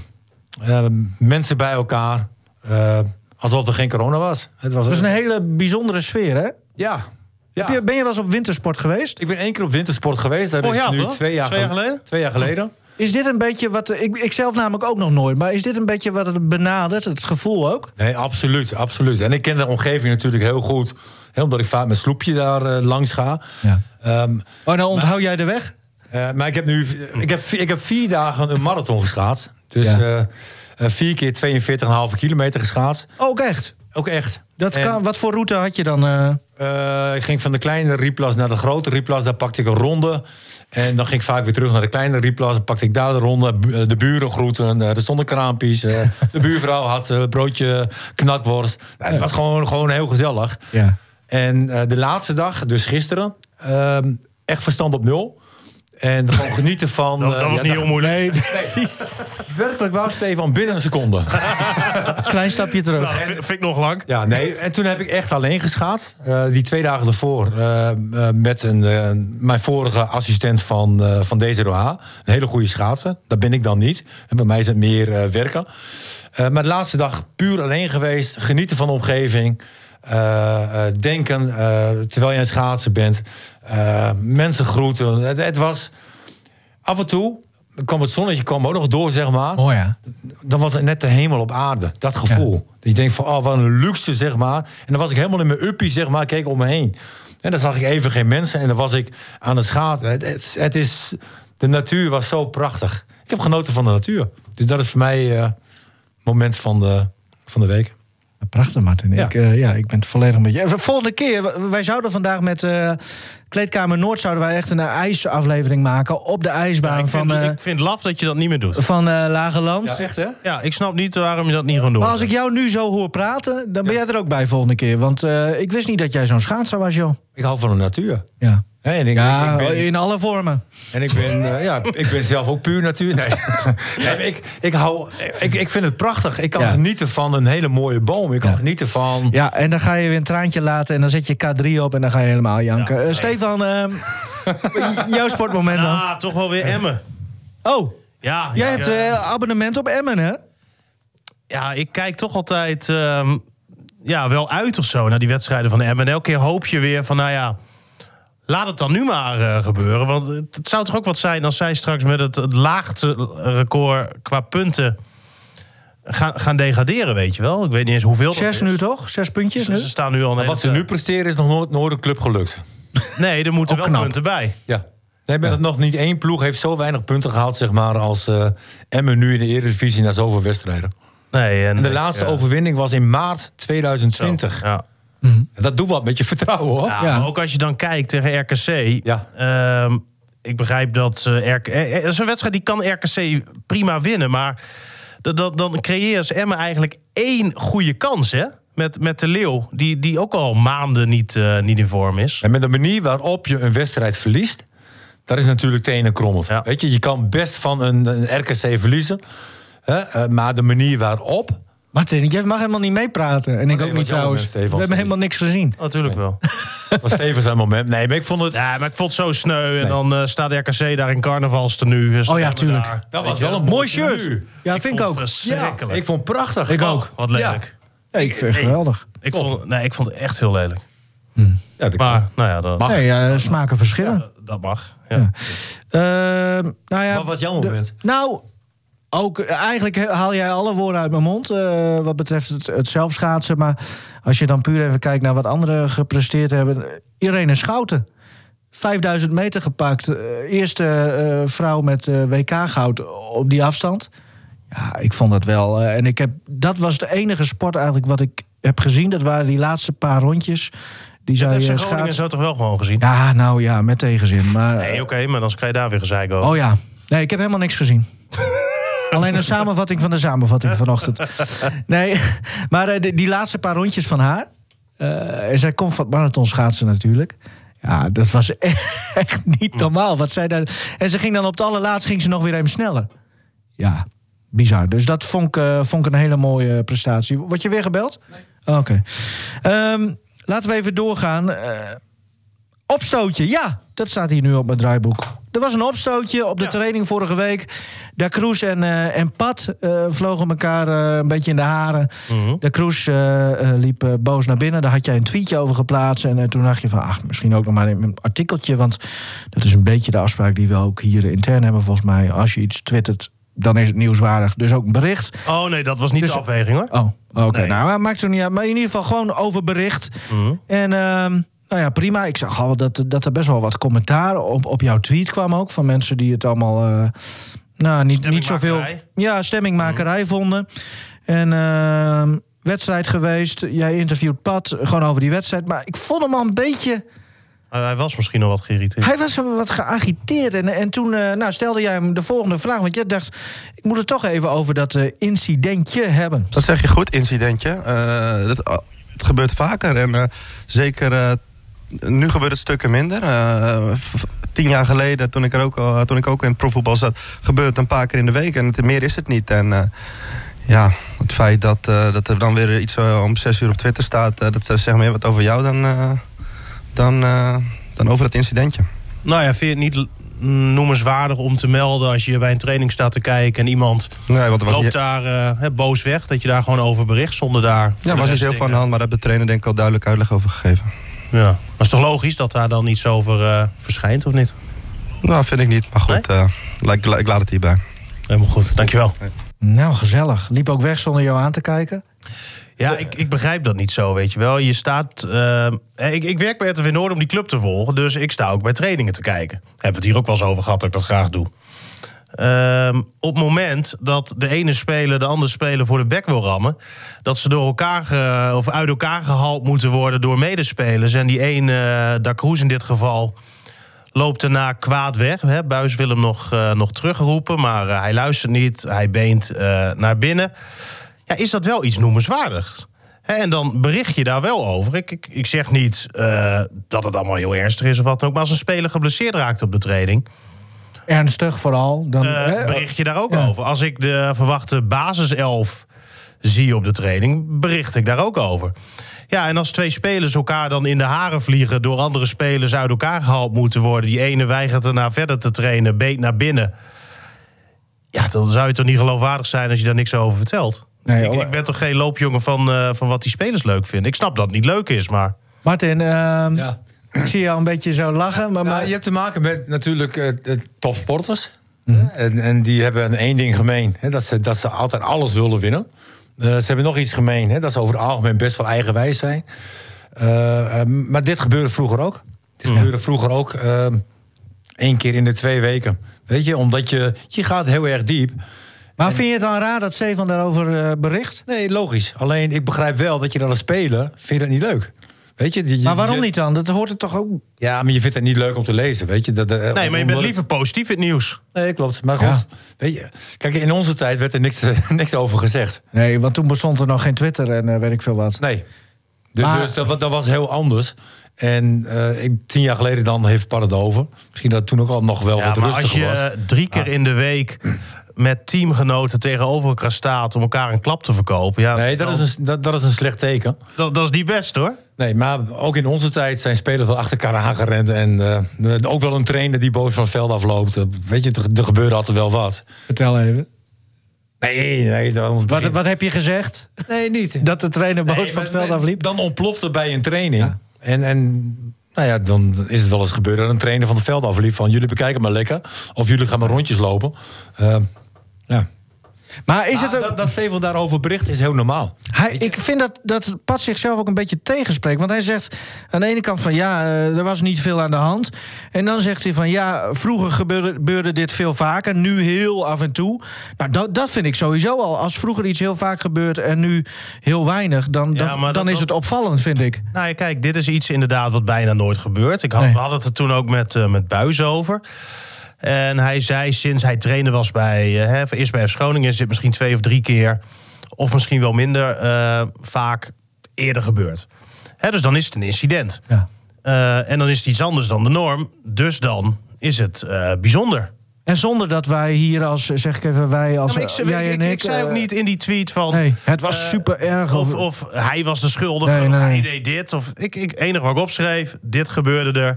[SPEAKER 1] ehm, mensen bij elkaar. eh, alsof er geen corona was. Het was,
[SPEAKER 4] dat is een hele bijzondere sfeer, hè?
[SPEAKER 1] Ja. ja.
[SPEAKER 4] Heb je- Ben je wel eens op wintersport geweest?
[SPEAKER 1] Ik ben één keer op wintersport geweest. Dat
[SPEAKER 5] Oh
[SPEAKER 1] is
[SPEAKER 5] ja,
[SPEAKER 1] nu
[SPEAKER 5] toch?
[SPEAKER 1] twee jaar,
[SPEAKER 5] Twee jaar
[SPEAKER 1] gel-
[SPEAKER 5] geleden?
[SPEAKER 1] Twee jaar geleden.
[SPEAKER 4] Is dit een beetje wat... Ik, ik zelf namelijk ook nog nooit. Maar is dit een beetje wat het benadert? Het gevoel ook?
[SPEAKER 1] Nee, absoluut, absoluut. En ik ken de omgeving natuurlijk heel goed. Hè, omdat ik vaak met sloepje daar eh, langs ga.
[SPEAKER 4] Ja.
[SPEAKER 1] Ehm,
[SPEAKER 4] Oh, nou onthoud jij de weg?
[SPEAKER 1] Eh, maar ik heb nu ik heb, ik heb vier dagen een marathon geschaatst. Dus
[SPEAKER 4] Ja.
[SPEAKER 1] eh, eh, vier keer 42,5 kilometer geschaatst.
[SPEAKER 4] Ook echt?
[SPEAKER 1] Ook echt.
[SPEAKER 4] Dat
[SPEAKER 1] En,
[SPEAKER 4] kan, wat voor route had je dan? eh?
[SPEAKER 1] eh, ik ging van de kleine Rieplas naar de grote Rieplas. Daar pakte ik een ronde. En dan ging ik vaak weer terug naar de kleine Rieplas. Dan pakte ik daar de ronde. Bu- eh, De buren groeten. eh, Er stonden kraampjes. eh, De buurvrouw had eh, broodje knakworst. Nou, het was gewoon, gewoon heel gezellig.
[SPEAKER 4] Ja.
[SPEAKER 1] En eh, de laatste dag, dus gisteren, ehm, echt verstand op nul. En gewoon genieten van...
[SPEAKER 5] Dat,
[SPEAKER 1] eh,
[SPEAKER 5] dat was
[SPEAKER 1] ja,
[SPEAKER 5] niet heel moeilijk.
[SPEAKER 4] Nee, precies.
[SPEAKER 1] Werkelijk waar, Stefan, binnen een seconde.
[SPEAKER 4] Klein stapje terug.
[SPEAKER 5] Nou, vind vind ik nog lang.
[SPEAKER 1] Ja, nee. En toen heb ik echt alleen geschaat. Eh, die twee dagen ervoor. eh, eh, met een, eh, mijn vorige assistent van, eh van DZOH. Een hele goede schaatser. Dat ben ik dan niet. En bij mij is het meer eh, werken. Eh, maar de laatste dag puur alleen geweest. Genieten van de omgeving. eh, eh, denken eh, terwijl je aan het schaatsen bent. Eh, mensen groeten. Het, het was af en toe. kwam het zonnetje kwam ook nog door, zeg maar
[SPEAKER 4] Mooi, ja.
[SPEAKER 1] dan was het net de hemel op aarde. Dat gevoel. Dat je denkt van, oh, wat een luxe, zeg maar. En dan was ik helemaal in mijn uppie, zeg maar, keek om me heen. En dan zag ik even geen mensen en dan was ik aan het schaatsen. Het, het, het is, de natuur was zo prachtig. Ik heb genoten van de natuur. Dus dat is voor mij eh, het moment van de, van de week.
[SPEAKER 4] Prachtig, Martin.
[SPEAKER 1] Ja.
[SPEAKER 4] Ik, eh, ja, ik ben het volledig met je. En Volgende keer, w- wij zouden vandaag met eh, Kleedkamer Noord... zouden wij echt een eh, ijsaflevering maken op de ijsbaan
[SPEAKER 5] ik,
[SPEAKER 4] van,
[SPEAKER 5] vind,
[SPEAKER 4] eh,
[SPEAKER 5] ik vind laf dat je dat niet meer doet.
[SPEAKER 4] van eh Lage Land.
[SPEAKER 1] echt, hè?
[SPEAKER 5] Ja, ik snap niet waarom je dat niet gewoon doet.
[SPEAKER 4] maar als ik jou nu zo hoor praten, dan ben jij er ook bij volgende keer. Want eh, ik wist niet dat jij zo'n schaatser was, joh.
[SPEAKER 1] Ik hou van de natuur.
[SPEAKER 4] Ja,
[SPEAKER 1] Hè, En ik,
[SPEAKER 4] ja oh,
[SPEAKER 1] ik ben,
[SPEAKER 4] in alle vormen.
[SPEAKER 1] en ik ben, eh, ja, ik ben zelf ook puur natuur. Nee, Nee, maar ik, ik, hou, ik, ik vind het prachtig. Ik kan
[SPEAKER 4] Ja.
[SPEAKER 1] genieten van een hele mooie boom. Ik kan
[SPEAKER 4] Ja.
[SPEAKER 1] genieten van...
[SPEAKER 4] Ja, en dan ga je weer een traantje laten en dan zet je K3 op en dan ga je helemaal janken.
[SPEAKER 5] Ja,
[SPEAKER 4] Eh,
[SPEAKER 5] nee.
[SPEAKER 4] Stefan, ehm, jouw sportmoment dan.
[SPEAKER 5] Ah, toch wel weer Emmen.
[SPEAKER 4] Oh,
[SPEAKER 5] Ja,
[SPEAKER 4] jij
[SPEAKER 5] ja,
[SPEAKER 4] hebt
[SPEAKER 5] ja.
[SPEAKER 4] eh, abonnement op Emmen, hè?
[SPEAKER 5] Ja, ik kijk toch altijd ehm, ja, wel uit of zo naar die wedstrijden van Emmen. En elke keer hoop je weer van, nou ja, laat het dan nu maar eh, gebeuren. Want het, het zou toch ook wat zijn als zij straks met het, het laagste record qua punten gaan, gaan degraderen, weet je wel. Ik weet niet eens hoeveel dat
[SPEAKER 4] Zes
[SPEAKER 5] is.
[SPEAKER 4] nu toch? Zes puntjes
[SPEAKER 5] Ze,
[SPEAKER 4] nu?
[SPEAKER 5] ze staan nu al... een hele
[SPEAKER 1] Wat ze
[SPEAKER 5] tijd-
[SPEAKER 1] nu presteren is nog nooit, nooit een club gelukt.
[SPEAKER 5] Nee, er moeten
[SPEAKER 4] Ook
[SPEAKER 5] wel
[SPEAKER 4] knap.
[SPEAKER 5] punten bij.
[SPEAKER 1] Ja. Nee, maar dat nog niet één ploeg heeft zo weinig punten gehaald zeg maar, als eh Emmen nu in de Eredivisie na zoveel wedstrijden.
[SPEAKER 5] Nee, en,
[SPEAKER 1] En de laatste
[SPEAKER 5] ja.
[SPEAKER 1] overwinning was in maart 2020.
[SPEAKER 5] Zo, Ja.
[SPEAKER 1] Dat doet wat met je vertrouwen hoor.
[SPEAKER 5] Ja,
[SPEAKER 4] Ja.
[SPEAKER 5] maar ook als je dan kijkt tegen RKC.
[SPEAKER 1] Ja.
[SPEAKER 5] ehm, ik begrijp dat eh RK, eh, eh, dat is een wedstrijd die kan RKC prima winnen. Maar dat, dat, dan creëert ze Emmen eigenlijk één goede kans, hè? Met, met de Leeuw, die, die ook al maanden niet, eh, niet in vorm is.
[SPEAKER 1] En met de manier waarop je een wedstrijd verliest, dat is natuurlijk tenenkrommend.
[SPEAKER 5] Ja.
[SPEAKER 1] Weet je, je kan best van een, een RKC verliezen, hè, eh, maar de manier waarop,
[SPEAKER 4] Martin, jij mag helemaal niet meepraten. En ik
[SPEAKER 1] nee,
[SPEAKER 4] ook
[SPEAKER 1] wat
[SPEAKER 4] niet
[SPEAKER 1] jammer,
[SPEAKER 4] trouwens.
[SPEAKER 1] Stefan,
[SPEAKER 4] We hebben
[SPEAKER 1] sorry.
[SPEAKER 4] helemaal niks gezien.
[SPEAKER 5] Natuurlijk wel.
[SPEAKER 1] was Steven zijn moment. Nee, maar ik vond het.
[SPEAKER 5] Ja, maar ik vond het zo sneu. En dan eh, staat RKC daar in carnavalstenu. Dus
[SPEAKER 4] Oh ja,
[SPEAKER 5] Emmen
[SPEAKER 4] tuurlijk.
[SPEAKER 5] daar.
[SPEAKER 1] Dat
[SPEAKER 5] Weet
[SPEAKER 1] was
[SPEAKER 5] je
[SPEAKER 1] wel een
[SPEAKER 4] Mooi
[SPEAKER 1] mooi
[SPEAKER 4] shirt. Ja,
[SPEAKER 5] Ik
[SPEAKER 4] vind
[SPEAKER 5] vond
[SPEAKER 4] ik ook.
[SPEAKER 5] het
[SPEAKER 1] Ja,
[SPEAKER 5] verschrikkelijk.
[SPEAKER 1] ik vond het prachtig.
[SPEAKER 4] Ik
[SPEAKER 1] Oh,
[SPEAKER 4] ook.
[SPEAKER 5] Wat lelijk.
[SPEAKER 4] Ja, ik vind het geweldig.
[SPEAKER 5] Ik, vond, nee, ik vond het echt heel lelijk.
[SPEAKER 1] Ja, dat
[SPEAKER 5] Maar, nou ja, dat,
[SPEAKER 1] Mag.
[SPEAKER 4] Nee, eh, smaken verschillen.
[SPEAKER 5] dat mag. Ja.
[SPEAKER 4] Ehm, nou ja,
[SPEAKER 1] Maar wat jouw moment?
[SPEAKER 4] Nou, ook, eh, eigenlijk he- haal jij alle woorden uit mijn mond. eh, wat betreft het, het zelfschaatsen. Maar als je dan puur even kijkt naar wat anderen gepresteerd hebben. eh, Irene Schouten. 5000 meter gepakt. eh, eerste eh, vrouw met WK-goud op die afstand. Ja, ik vond dat wel. eh, en ik heb, dat was de enige sport eigenlijk wat ik heb gezien. Dat waren die laatste paar rondjes. Die zij
[SPEAKER 5] Dat
[SPEAKER 4] eh,
[SPEAKER 5] heeft Groningen
[SPEAKER 4] schaatsen.
[SPEAKER 5] zo toch wel gewoon gezien?
[SPEAKER 4] Ja, nou ja, met tegenzin. Maar,
[SPEAKER 5] Nee,
[SPEAKER 4] eh,
[SPEAKER 5] oké, maar dan krijg je daar weer gezeik over.
[SPEAKER 4] Oh ja. Nee, ik heb helemaal niks gezien. Alleen een samenvatting van de samenvatting vanochtend. Nee, maar eh, die, die laatste paar rondjes van haar. eh, en zij komt van het marathon schaatsen natuurlijk. Ja, dat was e- echt niet normaal. Wat zij daar... En ze ging dan op het allerlaatst ging ze nog weer even sneller. Ja, bizar. Dus dat vond ik, eh, vond ik een hele mooie prestatie. Word je weer gebeld? Nee. Oké. Ehm, laten we even doorgaan. Eh, Opstootje, ja. Dat staat hier nu op mijn draaiboek. Er was een opstootje op de training vorige week. Da Cruz en, eh, en Pat eh, vlogen elkaar eh, een beetje in de haren. Da Cruz eh, eh, liep eh, boos naar binnen. Daar had jij een tweetje over geplaatst. En eh, toen dacht je van, ach, misschien ook nog maar een een artikeltje. Want dat is een beetje de afspraak die we ook hier intern hebben volgens mij. Als je iets twittert, dan is het nieuwswaardig. Dus ook een bericht.
[SPEAKER 5] Oh nee, dat was niet
[SPEAKER 4] Dus-
[SPEAKER 5] de afweging hoor.
[SPEAKER 4] Oh, oké.
[SPEAKER 5] Nee. Mhm.
[SPEAKER 4] Nou, maar maakt het niet uit. Maar in ieder geval gewoon over bericht. En ehm, Nou ja, prima. Ik zag al dat, dat er best wel wat commentaar op, op jouw tweet kwam ook. Van mensen die het allemaal. eh, nou, niet, niet zoveel.
[SPEAKER 5] Stemmingmakerij. Mhm.
[SPEAKER 4] Ja, stemmingmakerij vonden. En ehm, wedstrijd geweest. Jij interviewt Pat gewoon over die wedstrijd. Maar ik vond hem al een beetje.
[SPEAKER 5] Eh, hij was misschien al wat geïrriteerd.
[SPEAKER 4] Hij was wat geagiteerd. En, en toen eh, nou, stelde jij hem de volgende vraag. Want jij dacht, ik moet het toch even over dat eh, incidentje hebben.
[SPEAKER 6] Dat zeg je goed, incidentje. Eh, dat, het gebeurt vaker en eh, zeker eh, nu gebeurt het stukken minder. Eh, v- tien jaar geleden, toen ik, er ook, al- toen ik ook in het profvoetbal zat, gebeurt het een paar keer in de week en het, meer is het niet. En eh, ja, het feit dat, eh, dat er dan weer iets eh, om zes uur op Twitter staat, eh, dat zegt meer wat over jou dan, eh, dan, eh, dan over dat incidentje.
[SPEAKER 5] Nou ja, vind je het niet l- mm, noemenswaardig om te melden als je bij een training staat te kijken en iemand
[SPEAKER 6] Nee, want er was
[SPEAKER 5] loopt
[SPEAKER 6] niet-
[SPEAKER 5] daar eh, hè, boos weg, dat je daar gewoon over bericht zonder daar. voor
[SPEAKER 6] ja,
[SPEAKER 5] de
[SPEAKER 6] was niet
[SPEAKER 5] rest
[SPEAKER 6] heel veel aan de
[SPEAKER 5] dingen-
[SPEAKER 6] hand, maar daar heb de trainer denk ik al duidelijk uitleg over gegeven.
[SPEAKER 5] Ja, maar is toch logisch dat daar dan iets over eh, verschijnt of niet?
[SPEAKER 6] Nou, vind ik niet, maar goed, eh, la- ik, la- ik laat het hierbij.
[SPEAKER 5] Helemaal goed, dankjewel.
[SPEAKER 4] Nou, gezellig. Liep ook weg zonder jou aan te kijken.
[SPEAKER 5] Ja, ik, ik begrijp dat niet zo, weet je wel. Je staat... eh, ik, ik werk bij RTV Noord om die club te volgen... dus ik sta ook bij trainingen te kijken. Hebben we het hier ook wel eens over gehad dat ik dat graag doe. Ehm, op het moment dat de ene speler de andere speler voor de bek wil rammen... dat ze door elkaar ge- of uit elkaar gehaald moeten worden door medespelers... en die ene, eh Da Cruz in dit geval, loopt daarna kwaad weg. Hè? Buis wil hem nog, eh, nog terugroepen, maar eh, hij luistert niet. Hij beent eh, naar binnen ja, is dat wel iets noemenswaardigs. Hè, en dan bericht je daar wel over. Ik, ik, ik zeg niet eh, dat het allemaal heel ernstig is of wat dan ook. Maar als een speler geblesseerd raakt op de training,
[SPEAKER 4] Ernstig vooral. Dan,
[SPEAKER 5] eh,
[SPEAKER 4] hè,
[SPEAKER 5] bericht je daar ook over. Als ik de verwachte basiself zie op de training, bericht ik daar ook over. Ja, en als twee spelers elkaar dan in de haren vliegen... door andere spelers uit elkaar gehaald moeten worden... die ene weigert erna verder te trainen, beet naar binnen... ja, dan zou je toch niet geloofwaardig zijn als je daar niks over vertelt?
[SPEAKER 4] Nee,
[SPEAKER 5] ik,
[SPEAKER 4] hoor.
[SPEAKER 5] ik ben toch geen loopjongen van, eh, van wat die spelers leuk vinden? Ik snap dat het niet leuk is, maar...
[SPEAKER 4] Martin, ehm,
[SPEAKER 1] Ja.
[SPEAKER 4] ik zie jou een beetje zo lachen. Maar,
[SPEAKER 1] Nou,
[SPEAKER 4] maar-
[SPEAKER 1] je hebt te maken met natuurlijk eh, eh, topsporters.
[SPEAKER 5] Mhm.
[SPEAKER 1] En, en die hebben één ding gemeen. Hè, dat, ze, dat ze altijd alles willen winnen. Eh, ze hebben nog iets gemeen. Hè, dat ze over het algemeen best wel eigenwijs zijn. Eh, eh, maar dit gebeurde vroeger ook.
[SPEAKER 5] Mhm.
[SPEAKER 1] Dit gebeurde vroeger ook eh, één keer in de twee weken. Weet je, omdat je, je gaat heel erg diep.
[SPEAKER 4] maar vind je het dan raar dat Stefan daarover eh, bericht?
[SPEAKER 1] Nee, logisch. Alleen ik begrijp wel dat je dat als speler vindt dat niet leuk. Weet je, die-
[SPEAKER 4] Maar waarom
[SPEAKER 1] je-
[SPEAKER 4] niet dan? Dat hoort er toch ook...
[SPEAKER 1] Ja, maar je vindt het niet leuk om te lezen, weet je. Dat, eh,
[SPEAKER 5] Nee, maar je
[SPEAKER 1] omdat
[SPEAKER 5] bent
[SPEAKER 1] het-
[SPEAKER 5] liever positief in het nieuws.
[SPEAKER 1] Nee, klopt. Maar goed,
[SPEAKER 4] Ja.
[SPEAKER 1] weet je, kijk, in onze tijd werd er niks, niks over gezegd.
[SPEAKER 4] Nee, want toen bestond er nog geen Twitter en eh, weet ik veel wat.
[SPEAKER 1] Nee. De-
[SPEAKER 4] Maar-
[SPEAKER 1] Dus dat, wa- dat was heel anders. En eh, ik, tien jaar geleden dan heeft Par het over. Misschien dat het toen ook al nog wel
[SPEAKER 5] Ja,
[SPEAKER 1] wat
[SPEAKER 5] maar als
[SPEAKER 1] rustiger
[SPEAKER 5] je
[SPEAKER 1] was. Ah.
[SPEAKER 5] eh, drie keer in de week met teamgenoten tegenover elkaar staat om elkaar een klap te verkopen, ja,
[SPEAKER 1] Nee,
[SPEAKER 5] eh, dan-
[SPEAKER 1] dat is, een, dat, dat is een slecht teken.
[SPEAKER 5] dat, dat is niet best hoor.
[SPEAKER 1] Nee, maar ook in onze tijd zijn spelers wel achter elkaar aangerend. En eh, ook wel een trainer die boos van het veld afloopt. Eh, Weet je, er, er gebeurde altijd wel wat.
[SPEAKER 4] Vertel even.
[SPEAKER 1] Nee, nee, dan...
[SPEAKER 4] Wat, wat heb je gezegd?
[SPEAKER 1] Nee, niet.
[SPEAKER 4] Dat de trainer boos
[SPEAKER 1] Nee,
[SPEAKER 4] van het
[SPEAKER 1] maar-
[SPEAKER 4] veld afliep?
[SPEAKER 1] Dan ontploft het bij een training. En, en nou ja, dan is het wel eens gebeurd dat een trainer van het veld afliep van jullie bekijken maar lekker. Of jullie gaan maar rondjes lopen. Eh, ja.
[SPEAKER 4] Maar is
[SPEAKER 1] is
[SPEAKER 4] het ook...
[SPEAKER 1] dat, dat Steven daarover bericht is heel normaal.
[SPEAKER 4] Hij, ik vind dat, dat Pat zichzelf ook een beetje tegenspreekt. Want hij zegt aan de ene kant van ja, eh, er was niet veel aan de hand. En dan zegt hij van ja, vroeger gebeurde, gebeurde dit veel vaker. Nu heel af en toe. Nou, dat, dat vind ik sowieso al. Als vroeger iets heel vaak gebeurt en nu heel weinig... dan,
[SPEAKER 5] Ja,
[SPEAKER 4] dan,
[SPEAKER 5] maar dat-
[SPEAKER 4] dan is het
[SPEAKER 5] dat-
[SPEAKER 4] opvallend, vind ik.
[SPEAKER 5] Nou ja, kijk, dit is iets inderdaad wat bijna nooit gebeurt. Ik had,
[SPEAKER 4] Nee.
[SPEAKER 5] We hadden het er toen ook met, eh, met Buis over. En hij zei sinds hij trainer was bij, eh, hè, eerst bij F. Groningen... is dit misschien twee of drie keer, of misschien wel minder eh, vaak eerder gebeurd. Hè, dus dan is het een incident.
[SPEAKER 4] Ja.
[SPEAKER 5] Eh, en dan is het iets anders dan de norm. Dus dan is het eh, bijzonder.
[SPEAKER 4] En zonder dat wij hier als, zeg ik even, wij als
[SPEAKER 5] Ja, maar
[SPEAKER 4] eh, jij
[SPEAKER 5] ik,
[SPEAKER 4] en
[SPEAKER 5] ik,
[SPEAKER 4] ik...
[SPEAKER 5] ik zei ook
[SPEAKER 4] eh,
[SPEAKER 5] niet in die tweet van...
[SPEAKER 4] Nee, het was
[SPEAKER 5] eh,
[SPEAKER 4] super erg.
[SPEAKER 5] Of,
[SPEAKER 4] Of,
[SPEAKER 5] of hij was de schuldige,
[SPEAKER 4] Nee,
[SPEAKER 5] of
[SPEAKER 4] nee.
[SPEAKER 5] hij deed dit. Of ik, ik, het enige wat ik opschreef, dit gebeurde er.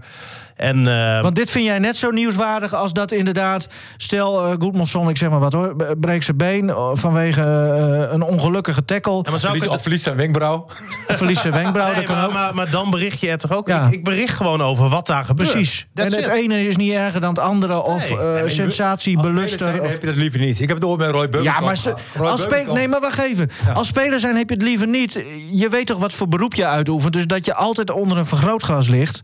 [SPEAKER 5] En, eh,
[SPEAKER 4] Want dit vind jij net zo nieuwswaardig als dat inderdaad... stel, eh Goedmanson, ik zeg maar wat hoor... b- breekt zijn been eh, vanwege eh, een ongelukkige tackle...
[SPEAKER 5] ja, maar zou ik
[SPEAKER 1] Verlies,
[SPEAKER 5] het-
[SPEAKER 1] of verliest zijn wenkbrauw.
[SPEAKER 4] verliest zijn wenkbrauw,
[SPEAKER 5] Nee,
[SPEAKER 4] dat kan
[SPEAKER 5] maar,
[SPEAKER 4] ook.
[SPEAKER 5] maar, maar dan bericht je er toch ook.
[SPEAKER 4] Ja.
[SPEAKER 5] Ik, ik bericht gewoon over wat daar gebeurt.
[SPEAKER 4] Precies.
[SPEAKER 5] That's
[SPEAKER 4] en het
[SPEAKER 5] it.
[SPEAKER 4] ene is niet erger dan het andere. Of
[SPEAKER 5] Nee.
[SPEAKER 4] eh, sensatie,
[SPEAKER 1] Als
[SPEAKER 4] beluster.
[SPEAKER 1] speler
[SPEAKER 4] of-
[SPEAKER 1] zijn, heb je dat liever niet. Ik heb het ooit met Roy Beukenkamp
[SPEAKER 4] Ja, maar ze-
[SPEAKER 1] gehad. Roy
[SPEAKER 4] als speler,
[SPEAKER 1] Beukenkamp-
[SPEAKER 4] nee, maar wacht even. Als speler zijn heb je het liever niet. Je weet toch wat voor beroep je uitoefent. Dus dat je altijd onder een vergrootglas ligt.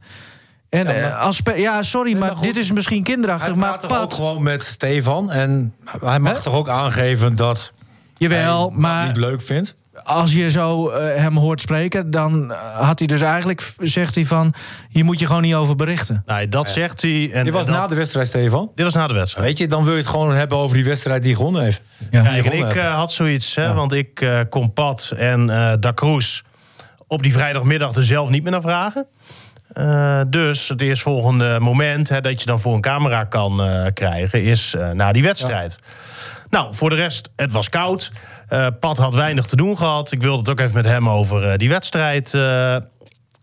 [SPEAKER 4] En ja, als spe- ja sorry, maar,
[SPEAKER 1] maar goed.
[SPEAKER 4] dit is misschien kinderachtig.
[SPEAKER 1] Hij
[SPEAKER 4] Maar
[SPEAKER 1] praat toch ook
[SPEAKER 4] pat,
[SPEAKER 1] gewoon met Stefan. En hij mag
[SPEAKER 4] Hè?
[SPEAKER 1] toch ook aangeven dat
[SPEAKER 4] jawel.
[SPEAKER 1] hij maar...
[SPEAKER 4] Maar
[SPEAKER 1] niet leuk vindt.
[SPEAKER 4] als je zo eh, hem hoort spreken, dan eh, had hij dus eigenlijk, v- zegt hij van... hier moet je gewoon niet over berichten.
[SPEAKER 5] Nee, dat zegt hij. En,
[SPEAKER 1] Je was
[SPEAKER 5] en dat-
[SPEAKER 1] na de wedstrijd, Stefan.
[SPEAKER 5] Dit was na de wedstrijd.
[SPEAKER 1] Weet je, dan wil je het gewoon hebben over die wedstrijd die gewonnen heeft.
[SPEAKER 4] Ja.
[SPEAKER 1] Die
[SPEAKER 5] Kijk, en
[SPEAKER 1] gewonnen
[SPEAKER 5] ik
[SPEAKER 1] heeft.
[SPEAKER 5] eh, had zoiets, hè, want ik eh kon Pat en eh Da Cruz op die vrijdagmiddag er zelf niet meer naar vragen. Eh, dus het eerstvolgende moment hè, dat je dan voor een camera kan eh, krijgen is eh, na die wedstrijd. Nou, voor de rest, het was koud. Eh, Pat had weinig te doen gehad. Ik wilde het ook even met hem over eh, die wedstrijd eh, ha-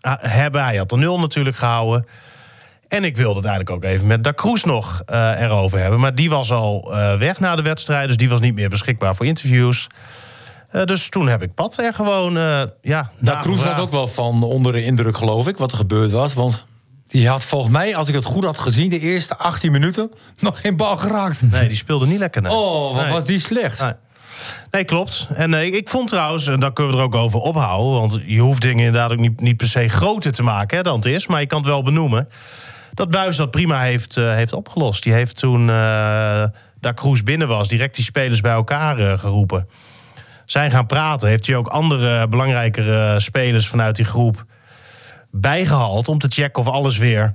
[SPEAKER 5] Ah, hebben. Hij had de nul natuurlijk gehouden. En ik wilde het eigenlijk ook even met Da Cruz nog eh, erover hebben. Maar die was al eh, weg na de wedstrijd, dus die was niet meer beschikbaar voor interviews. Eh, dus toen heb ik Pat er gewoon. eh ja,
[SPEAKER 1] Nou, Kroes was ook wel van onder de indruk, geloof ik, wat er gebeurd was. Want die had volgens mij, als ik het goed had gezien, de eerste 18 minuten nog geen bal geraakt.
[SPEAKER 5] Nee, die speelde niet lekker. nee.
[SPEAKER 1] Oh, wat
[SPEAKER 5] Nee.
[SPEAKER 1] was die slecht.
[SPEAKER 5] Nee. Nee, klopt. En eh, ik vond trouwens, en daar kunnen we er ook over ophouden... want je hoeft dingen inderdaad ook niet, niet per se groter te maken hè, dan het is... maar je kan het wel benoemen. Dat Buis dat prima heeft, eh, heeft opgelost. Die heeft toen eh daar Kroes binnen was... direct die spelers bij elkaar eh, geroepen. Zijn gaan praten. Heeft hij ook andere belangrijkere spelers vanuit die groep bijgehaald... om te checken of alles weer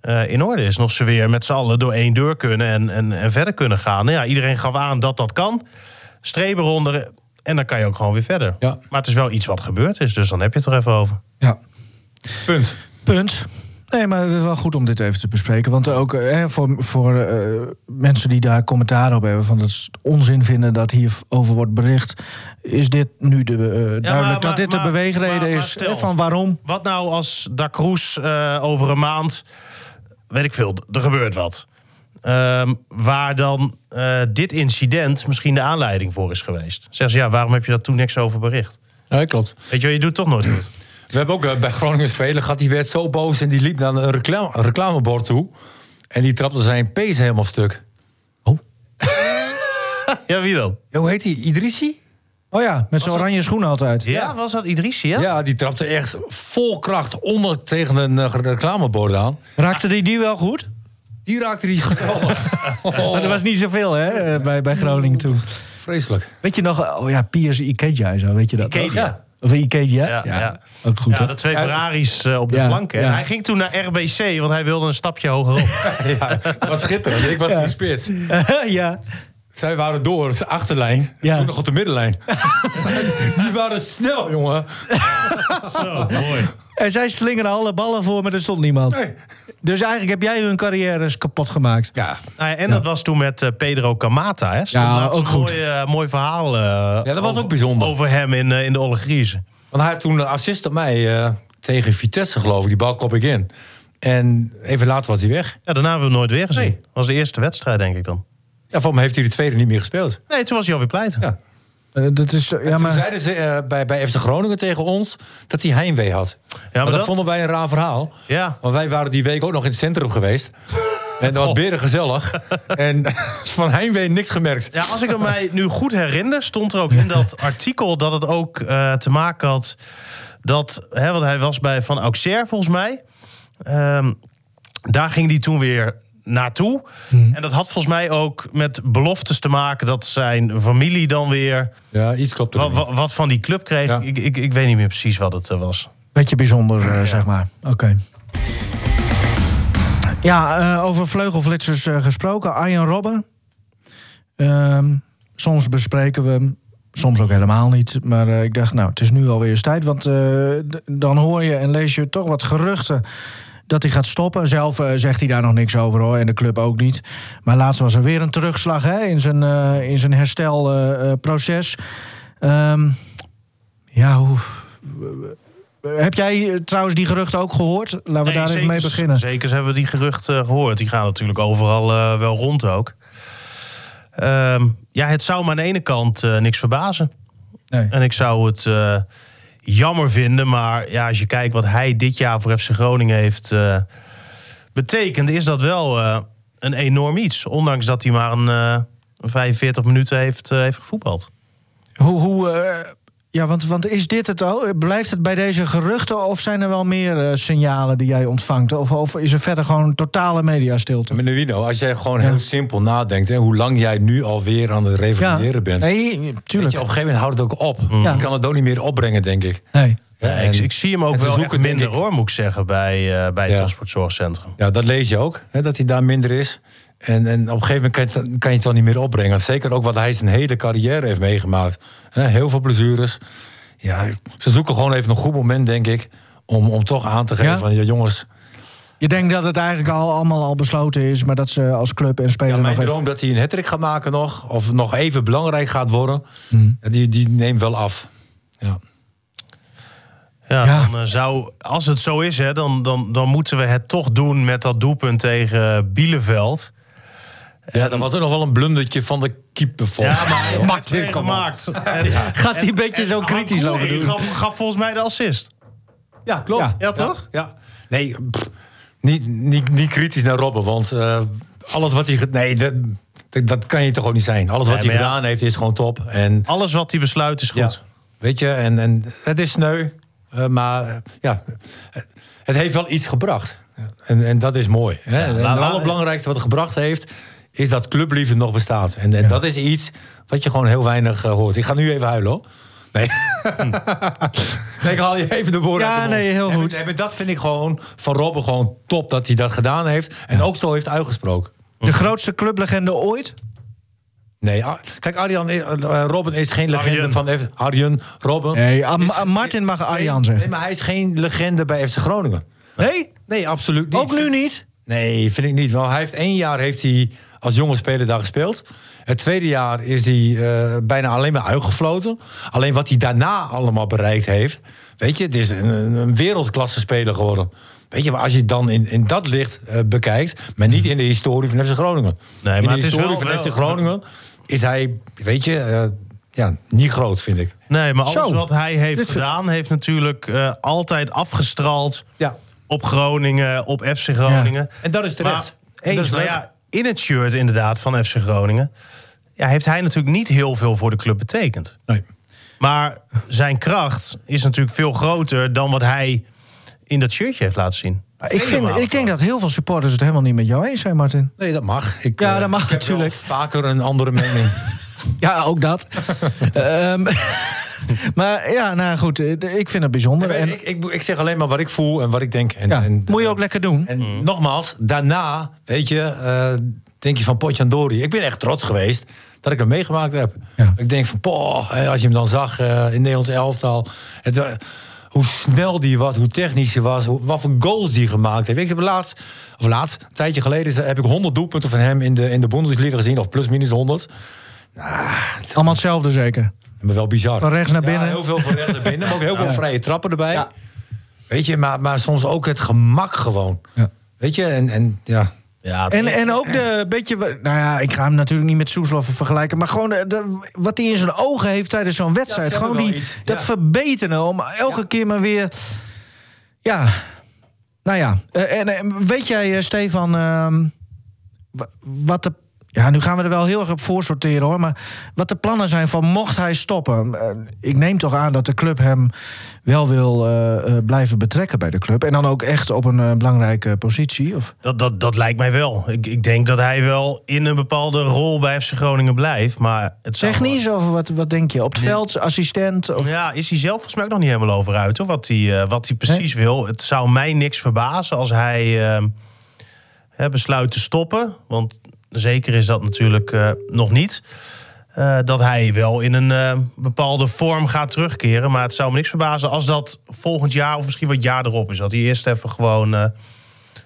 [SPEAKER 5] eh, in orde is. En of ze weer met z'n allen door één deur kunnen en, en, en verder kunnen gaan. Nou ja, iedereen gaf aan dat dat kan. Streep eronder en dan kan je ook gewoon weer verder.
[SPEAKER 1] Ja.
[SPEAKER 5] Maar het is wel iets wat gebeurd is, dus dan heb je het er even over.
[SPEAKER 4] Ja.
[SPEAKER 1] Punt.
[SPEAKER 4] Punt. Nee, maar het is wel goed om dit even te bespreken. Want ook eh, voor, voor eh, mensen die daar commentaar op hebben... van dat ze het onzin vinden dat hierover wordt bericht... is dit nu de, eh, duidelijk
[SPEAKER 5] maar-
[SPEAKER 4] dat dit
[SPEAKER 5] maar-
[SPEAKER 4] de beweegreden
[SPEAKER 5] maar- maar
[SPEAKER 4] is
[SPEAKER 5] stel.
[SPEAKER 4] eh, van waarom.
[SPEAKER 5] Wat nou als Da Cruz eh, over een maand, weet ik veel, er gebeurt wat. Ehm, waar dan eh, dit incident misschien de aanleiding voor is geweest. Zeg ze, ja, waarom heb je daar toen niks over bericht?
[SPEAKER 1] Ja, klopt.
[SPEAKER 5] Weet je wel, je doet toch nooit goed.
[SPEAKER 1] We hebben ook eh, bij Groningen spelen gehad. Die werd zo boos en die liep naar een reclame, reclamebord toe. En die trapte zijn pees helemaal stuk.
[SPEAKER 5] ja, wie dan?
[SPEAKER 1] Ja, Hoe heet die? Idrissi?
[SPEAKER 4] Oh ja, met zo'n
[SPEAKER 5] dat-
[SPEAKER 4] oranje schoenen altijd.
[SPEAKER 5] Ja, was dat Idrissi, ja?
[SPEAKER 1] Ja, die trapte echt vol kracht onder tegen een eh, reclamebord aan.
[SPEAKER 4] Raakte die die wel goed?
[SPEAKER 1] Die raakte die geweldig. Oh.
[SPEAKER 4] Maar
[SPEAKER 5] Oh.
[SPEAKER 4] er was niet zoveel hè, eh, bij, bij Groningen toen.
[SPEAKER 1] Vreselijk.
[SPEAKER 4] Weet je nog, oh ja, Piers Ikeja en zo, weet je dat nog?
[SPEAKER 5] Ikeja.
[SPEAKER 4] Ja. Of Ikeja?
[SPEAKER 5] Ja, ja.
[SPEAKER 4] Ook goed,
[SPEAKER 5] ja,
[SPEAKER 4] hè?
[SPEAKER 5] de twee Ferraris eh, op de
[SPEAKER 4] Ja,
[SPEAKER 5] flanken. En
[SPEAKER 4] ja.
[SPEAKER 5] hij ging toen naar RBC, want hij wilde een stapje hogerop.
[SPEAKER 1] Ja, dat was schitterend. Ik was die spits.
[SPEAKER 4] ja.
[SPEAKER 1] Zij waren door, ze achterlijn.
[SPEAKER 4] Ja.
[SPEAKER 1] Toen nog op de middenlijn. die waren snel, jongen.
[SPEAKER 5] Zo, mooi.
[SPEAKER 4] En zij slingeren alle ballen voor, maar er stond niemand.
[SPEAKER 1] Nee.
[SPEAKER 4] Dus eigenlijk heb jij hun carrières kapot gemaakt.
[SPEAKER 1] Ja,
[SPEAKER 5] Nou ja, en dat was toen met eh, Pedro Camata. Hè? Stond
[SPEAKER 4] Ja,
[SPEAKER 5] laatst
[SPEAKER 4] ook
[SPEAKER 5] een
[SPEAKER 4] goed.
[SPEAKER 5] Mooi, eh, mooi verhaal eh,
[SPEAKER 1] dat was
[SPEAKER 5] over-
[SPEAKER 1] ook bijzonder.
[SPEAKER 5] over hem in, eh, in de Olle
[SPEAKER 1] Want hij had toen een assist op mij eh, tegen Vitesse, geloof ik. Die bal kop ik in. En even later was hij weg.
[SPEAKER 5] Ja, daarna hebben we hem nooit weer gezien.
[SPEAKER 1] Nee.
[SPEAKER 5] was de eerste wedstrijd, denk ik dan.
[SPEAKER 1] Ja, voor mij heeft hij de tweede niet meer gespeeld.
[SPEAKER 5] Nee, toen was hij alweer pleit.
[SPEAKER 1] Ja.
[SPEAKER 4] Eh, dat is, eh, ja,
[SPEAKER 1] Toen
[SPEAKER 4] maar,
[SPEAKER 1] zeiden ze eh, bij, bij FC Groningen tegen ons dat hij heimwee had. Ja, maar dat,
[SPEAKER 5] dat-
[SPEAKER 1] vonden wij een raar verhaal.
[SPEAKER 5] Ja.
[SPEAKER 1] Want wij waren die week ook nog in het centrum geweest. En dat was beren gezellig. En van heimwee niks gemerkt.
[SPEAKER 5] Ja, als ik het mij nu goed herinner, stond er ook in dat artikel dat het ook eh, te maken had dat, hè, want hij was bij Van Auxerre volgens mij. Ehm, daar ging hij toen weer naartoe.
[SPEAKER 1] Hmm.
[SPEAKER 5] En dat had volgens mij ook met beloftes te maken dat zijn familie dan weer
[SPEAKER 1] Ja, iets klopt er
[SPEAKER 5] wa-
[SPEAKER 1] niet.
[SPEAKER 5] wa- wat van die club kreeg.
[SPEAKER 1] Ja.
[SPEAKER 5] Ik, ik, ik weet niet meer precies wat het eh, was.
[SPEAKER 4] beetje bijzonder, eh, zeg maar. Oké. Ja, eh, over vleugelflitsers eh, gesproken. Arjen Robben. Ehm, soms bespreken we hem, soms ook helemaal niet. Maar eh, ik dacht, nou, het is nu alweer eens tijd. Want eh, d- dan hoor je en lees je toch wat geruchten dat hij gaat stoppen. Zelf eh, zegt hij daar nog niks over hoor, en de club ook niet. Maar laatst was er weer een terugslag hè, in zijn, eh, in zijn eh, Ehm, herstelproces. ja, hoe, Heb jij eh, trouwens die geruchten ook gehoord? Laten we daar even mee beginnen.
[SPEAKER 5] Zeker hebben we die geruchten gehoord. Die gaan natuurlijk overal eh, wel rond ook. Ehm, ja, het zou me aan de ene kant eh, niks verbazen.
[SPEAKER 4] Nee.
[SPEAKER 5] En ik zou het eh, jammer vinden. Maar ja, als je kijkt wat hij dit jaar voor FC Groningen heeft eh, betekend, is dat wel eh, een enorm iets. Ondanks dat hij maar een eh, 45 minuten heeft, eh, heeft gevoetbald.
[SPEAKER 4] Hoe, hoe, eh, ja, want, want is dit het al? Blijft het bij deze geruchten of zijn er wel meer eh, signalen die jij ontvangt? Of, of is er verder gewoon totale mediastilte?
[SPEAKER 1] Meneer Wino, als jij gewoon heel simpel nadenkt... Hè, hoe lang jij nu alweer aan het revalideren bent...
[SPEAKER 4] nee,
[SPEAKER 1] weet
[SPEAKER 4] tuurlijk.
[SPEAKER 1] je, op een gegeven moment houdt het ook op.
[SPEAKER 4] Ja.
[SPEAKER 1] Je kan het ook niet meer opbrengen, denk ik.
[SPEAKER 4] nee.
[SPEAKER 1] Ja,
[SPEAKER 5] Ja,
[SPEAKER 1] en-
[SPEAKER 5] ik, ik zie hem
[SPEAKER 1] en
[SPEAKER 5] ook
[SPEAKER 1] ze
[SPEAKER 5] wel echt
[SPEAKER 1] zoeken, denk
[SPEAKER 5] minder
[SPEAKER 1] ik-
[SPEAKER 5] hoor, moet ik zeggen, bij, eh bij het
[SPEAKER 1] Ja.
[SPEAKER 5] transportzorgcentrum.
[SPEAKER 1] Ja, dat lees je ook, hè, dat hij daar minder is. En, en op een gegeven moment kan je, het dan- kan je het wel niet meer opbrengen. Zeker ook wat hij zijn hele carrière heeft meegemaakt. Hè, heel veel blessures. Ja, ze zoeken gewoon even een goed moment, denk ik... om, om toch aan te geven
[SPEAKER 4] Ja?
[SPEAKER 1] van, ja, jongens...
[SPEAKER 4] Je denkt dat het eigenlijk al, allemaal al besloten is, maar dat ze als club en speler
[SPEAKER 1] Ja, mijn
[SPEAKER 4] nog even-
[SPEAKER 1] droom dat hij een hattrick gaat maken nog... of nog even belangrijk gaat worden... die, die neemt wel af. Ja.
[SPEAKER 5] Ja,
[SPEAKER 4] Ja.
[SPEAKER 5] Dan, eh, zou, als het zo is, hè, dan, dan, dan moeten we het toch doen met dat doelpunt tegen Bieleveld.
[SPEAKER 1] Oh. Ja, dan was er nog wel een blundertje van de keeper volgens
[SPEAKER 5] Ja,
[SPEAKER 1] mij,
[SPEAKER 5] maar
[SPEAKER 1] hoor.
[SPEAKER 5] Martin gemaakt. En,
[SPEAKER 4] Gaat hij een beetje zo kritisch lopen
[SPEAKER 5] Hankouri
[SPEAKER 4] doen?
[SPEAKER 5] Gaf, gaf volgens mij de assist.
[SPEAKER 1] Ja, klopt.
[SPEAKER 4] Ja.
[SPEAKER 5] Ja, toch?
[SPEAKER 1] Ja. Nee, pff, niet, niet, niet kritisch naar Robben, want eh, alles wat hij... ge- Nee, dat, dat- dat kan je toch ook niet zijn. Alles wat
[SPEAKER 5] Nee,
[SPEAKER 1] hij
[SPEAKER 5] maar ja.
[SPEAKER 1] gedaan heeft is gewoon top. En,
[SPEAKER 5] Alles wat hij besluit is
[SPEAKER 1] ja,
[SPEAKER 5] goed.
[SPEAKER 1] weet je, en, en het is sneu, eh, maar eh, ja, het- het heeft wel iets gebracht. En, en dat is mooi. Hè? en
[SPEAKER 5] laat-
[SPEAKER 1] het
[SPEAKER 5] laat-
[SPEAKER 1] allerbelangrijkste wat het gebracht heeft, is dat clubliefde nog bestaat. En, en dat is iets wat je gewoon heel weinig eh, hoort. Ik ga nu even huilen, hoor. Nee. nee, ik haal je even de woorden
[SPEAKER 4] Hm. Ja,
[SPEAKER 1] uit de mond.
[SPEAKER 4] nee, heel
[SPEAKER 1] En-
[SPEAKER 4] goed.
[SPEAKER 1] en- en dat vind ik gewoon van Robben gewoon top dat hij dat gedaan heeft. En ook zo heeft uitgesproken.
[SPEAKER 4] De grootste clublegende ooit?
[SPEAKER 1] Nee, Ar- kijk, Arjan, is- eh, Robben is geen legende
[SPEAKER 5] Arjen.
[SPEAKER 1] van... F- Arjen, Robben...
[SPEAKER 4] Nee, ah,
[SPEAKER 1] is-
[SPEAKER 4] Ma- Martin mag Arjan
[SPEAKER 1] nee, Nee,
[SPEAKER 4] zeggen.
[SPEAKER 1] maar hij is geen legende bij FC Groningen.
[SPEAKER 4] Nee?
[SPEAKER 1] Nee, absoluut niet.
[SPEAKER 4] Ook nu niet?
[SPEAKER 1] Nee, vind ik niet. Want hij heeft één jaar heeft hij als jonge speler daar gespeeld. Het tweede jaar is hij eh, bijna alleen maar uitgefloten. Alleen wat hij daarna allemaal bereikt heeft. Weet je, het is een, een- een wereldklasse speler geworden. Weet je, maar als je het dan in, in dat licht eh, bekijkt, maar niet in de historie van FC Groningen.
[SPEAKER 5] maar
[SPEAKER 1] in de
[SPEAKER 5] het is
[SPEAKER 1] historie
[SPEAKER 5] wel-
[SPEAKER 1] van
[SPEAKER 5] wel-
[SPEAKER 1] FC Groningen is hij, weet je, eh, ja, niet groot, vind ik.
[SPEAKER 5] Nee, maar alles
[SPEAKER 4] Zo.
[SPEAKER 5] wat hij heeft
[SPEAKER 1] Dus-
[SPEAKER 4] Dit-
[SPEAKER 5] gedaan, heeft natuurlijk eh, altijd afgestraald
[SPEAKER 1] Ja,
[SPEAKER 5] op Groningen, op FC Groningen.
[SPEAKER 1] en dat is terecht.
[SPEAKER 5] Maar,
[SPEAKER 1] Dat
[SPEAKER 5] eens,
[SPEAKER 1] is
[SPEAKER 5] maar
[SPEAKER 1] leuk.
[SPEAKER 5] ja, in het shirt inderdaad van FC Groningen... Ja, heeft hij natuurlijk niet heel veel voor de club betekend.
[SPEAKER 1] Nee.
[SPEAKER 5] Maar zijn kracht is natuurlijk veel groter dan wat hij in dat shirtje heeft laten zien.
[SPEAKER 4] Ik, vind,
[SPEAKER 5] Helemaal.
[SPEAKER 4] ik denk dat heel veel supporters het helemaal niet met jou eens zijn, Martin.
[SPEAKER 1] Nee, dat mag. Ik,
[SPEAKER 4] Ja,
[SPEAKER 1] eh,
[SPEAKER 4] dat mag
[SPEAKER 1] ik heb wel
[SPEAKER 4] natuurlijk.
[SPEAKER 1] vaker een andere mening.
[SPEAKER 4] Ja, ook dat. Ehm, maar ja, nou goed, eh, ik vind het bijzonder.
[SPEAKER 1] Nee,
[SPEAKER 4] En,
[SPEAKER 1] ik, ik, ik zeg alleen maar wat ik voel en wat ik denk. En,
[SPEAKER 4] ja,
[SPEAKER 1] en,
[SPEAKER 4] moet je ook lekker doen.
[SPEAKER 1] en nogmaals, daarna, weet je, eh, denk je van Potjandori. Ik ben echt trots geweest dat ik hem meegemaakt heb.
[SPEAKER 4] Ja.
[SPEAKER 1] Ik denk van, poh, hè, als je hem dan zag eh, in het Nederlands elftal. Het, eh, hoe snel die was, hoe technisch hij was, hoe, wat voor goals die gemaakt heeft. Ik heb laatst, of laatst, een tijdje geleden, is- heb ik 100 doelpunten van hem in de, in de Bundesliga gezien. Of plus minus 100.
[SPEAKER 4] Allemaal hetzelfde zeker.
[SPEAKER 1] Maar wel bizar.
[SPEAKER 4] Van rechts naar binnen.
[SPEAKER 1] Ja, heel veel van rechts naar binnen. Maar ook heel veel vrije trappen erbij. Weet je, maar, maar soms ook het gemak gewoon.
[SPEAKER 4] Ja.
[SPEAKER 1] Weet je, en, en ja.
[SPEAKER 5] Ja,
[SPEAKER 4] En, en ook de beetje, nou ja, ik ga hem natuurlijk niet met Soeslof vergelijken, maar gewoon de, de- wat hij in zijn ogen heeft tijdens zo'n wedstrijd.
[SPEAKER 1] zegt
[SPEAKER 4] gewoon
[SPEAKER 1] wel
[SPEAKER 4] die,
[SPEAKER 1] iets,
[SPEAKER 4] dat
[SPEAKER 1] ja.
[SPEAKER 4] verbeteren om elke keer maar weer. Ja, nou ja. Eh, En, en weet jij, eh, Stefan, ehm, wa- wat de. Ja, nu gaan we er wel heel erg op voor sorteren hoor. Maar wat de plannen zijn van mocht hij stoppen. Eh, Ik neem toch aan dat de club hem wel wil eh, eh, blijven betrekken bij de club. En dan ook echt op een eh, belangrijke positie. Of...
[SPEAKER 5] dat, dat, dat lijkt mij wel. Ik, ik denk dat hij wel in een bepaalde rol bij FC Groningen blijft. Maar het zou-
[SPEAKER 4] Technisch of wat, wat denk je? Op het veld, assistent? Of...
[SPEAKER 5] Ja, is hij zelf volgens mij ook nog niet helemaal over uit. Hoor, wat, hij, eh, wat hij precies wil. Het zou mij niks verbazen als hij eh, hè, besluit te stoppen. Want zeker is dat natuurlijk eh, nog niet. Eh, dat hij wel in een eh, bepaalde vorm gaat terugkeren. Maar het zou me niks verbazen als dat volgend jaar of misschien wat jaar erop is. Dat hij eerst even gewoon eh,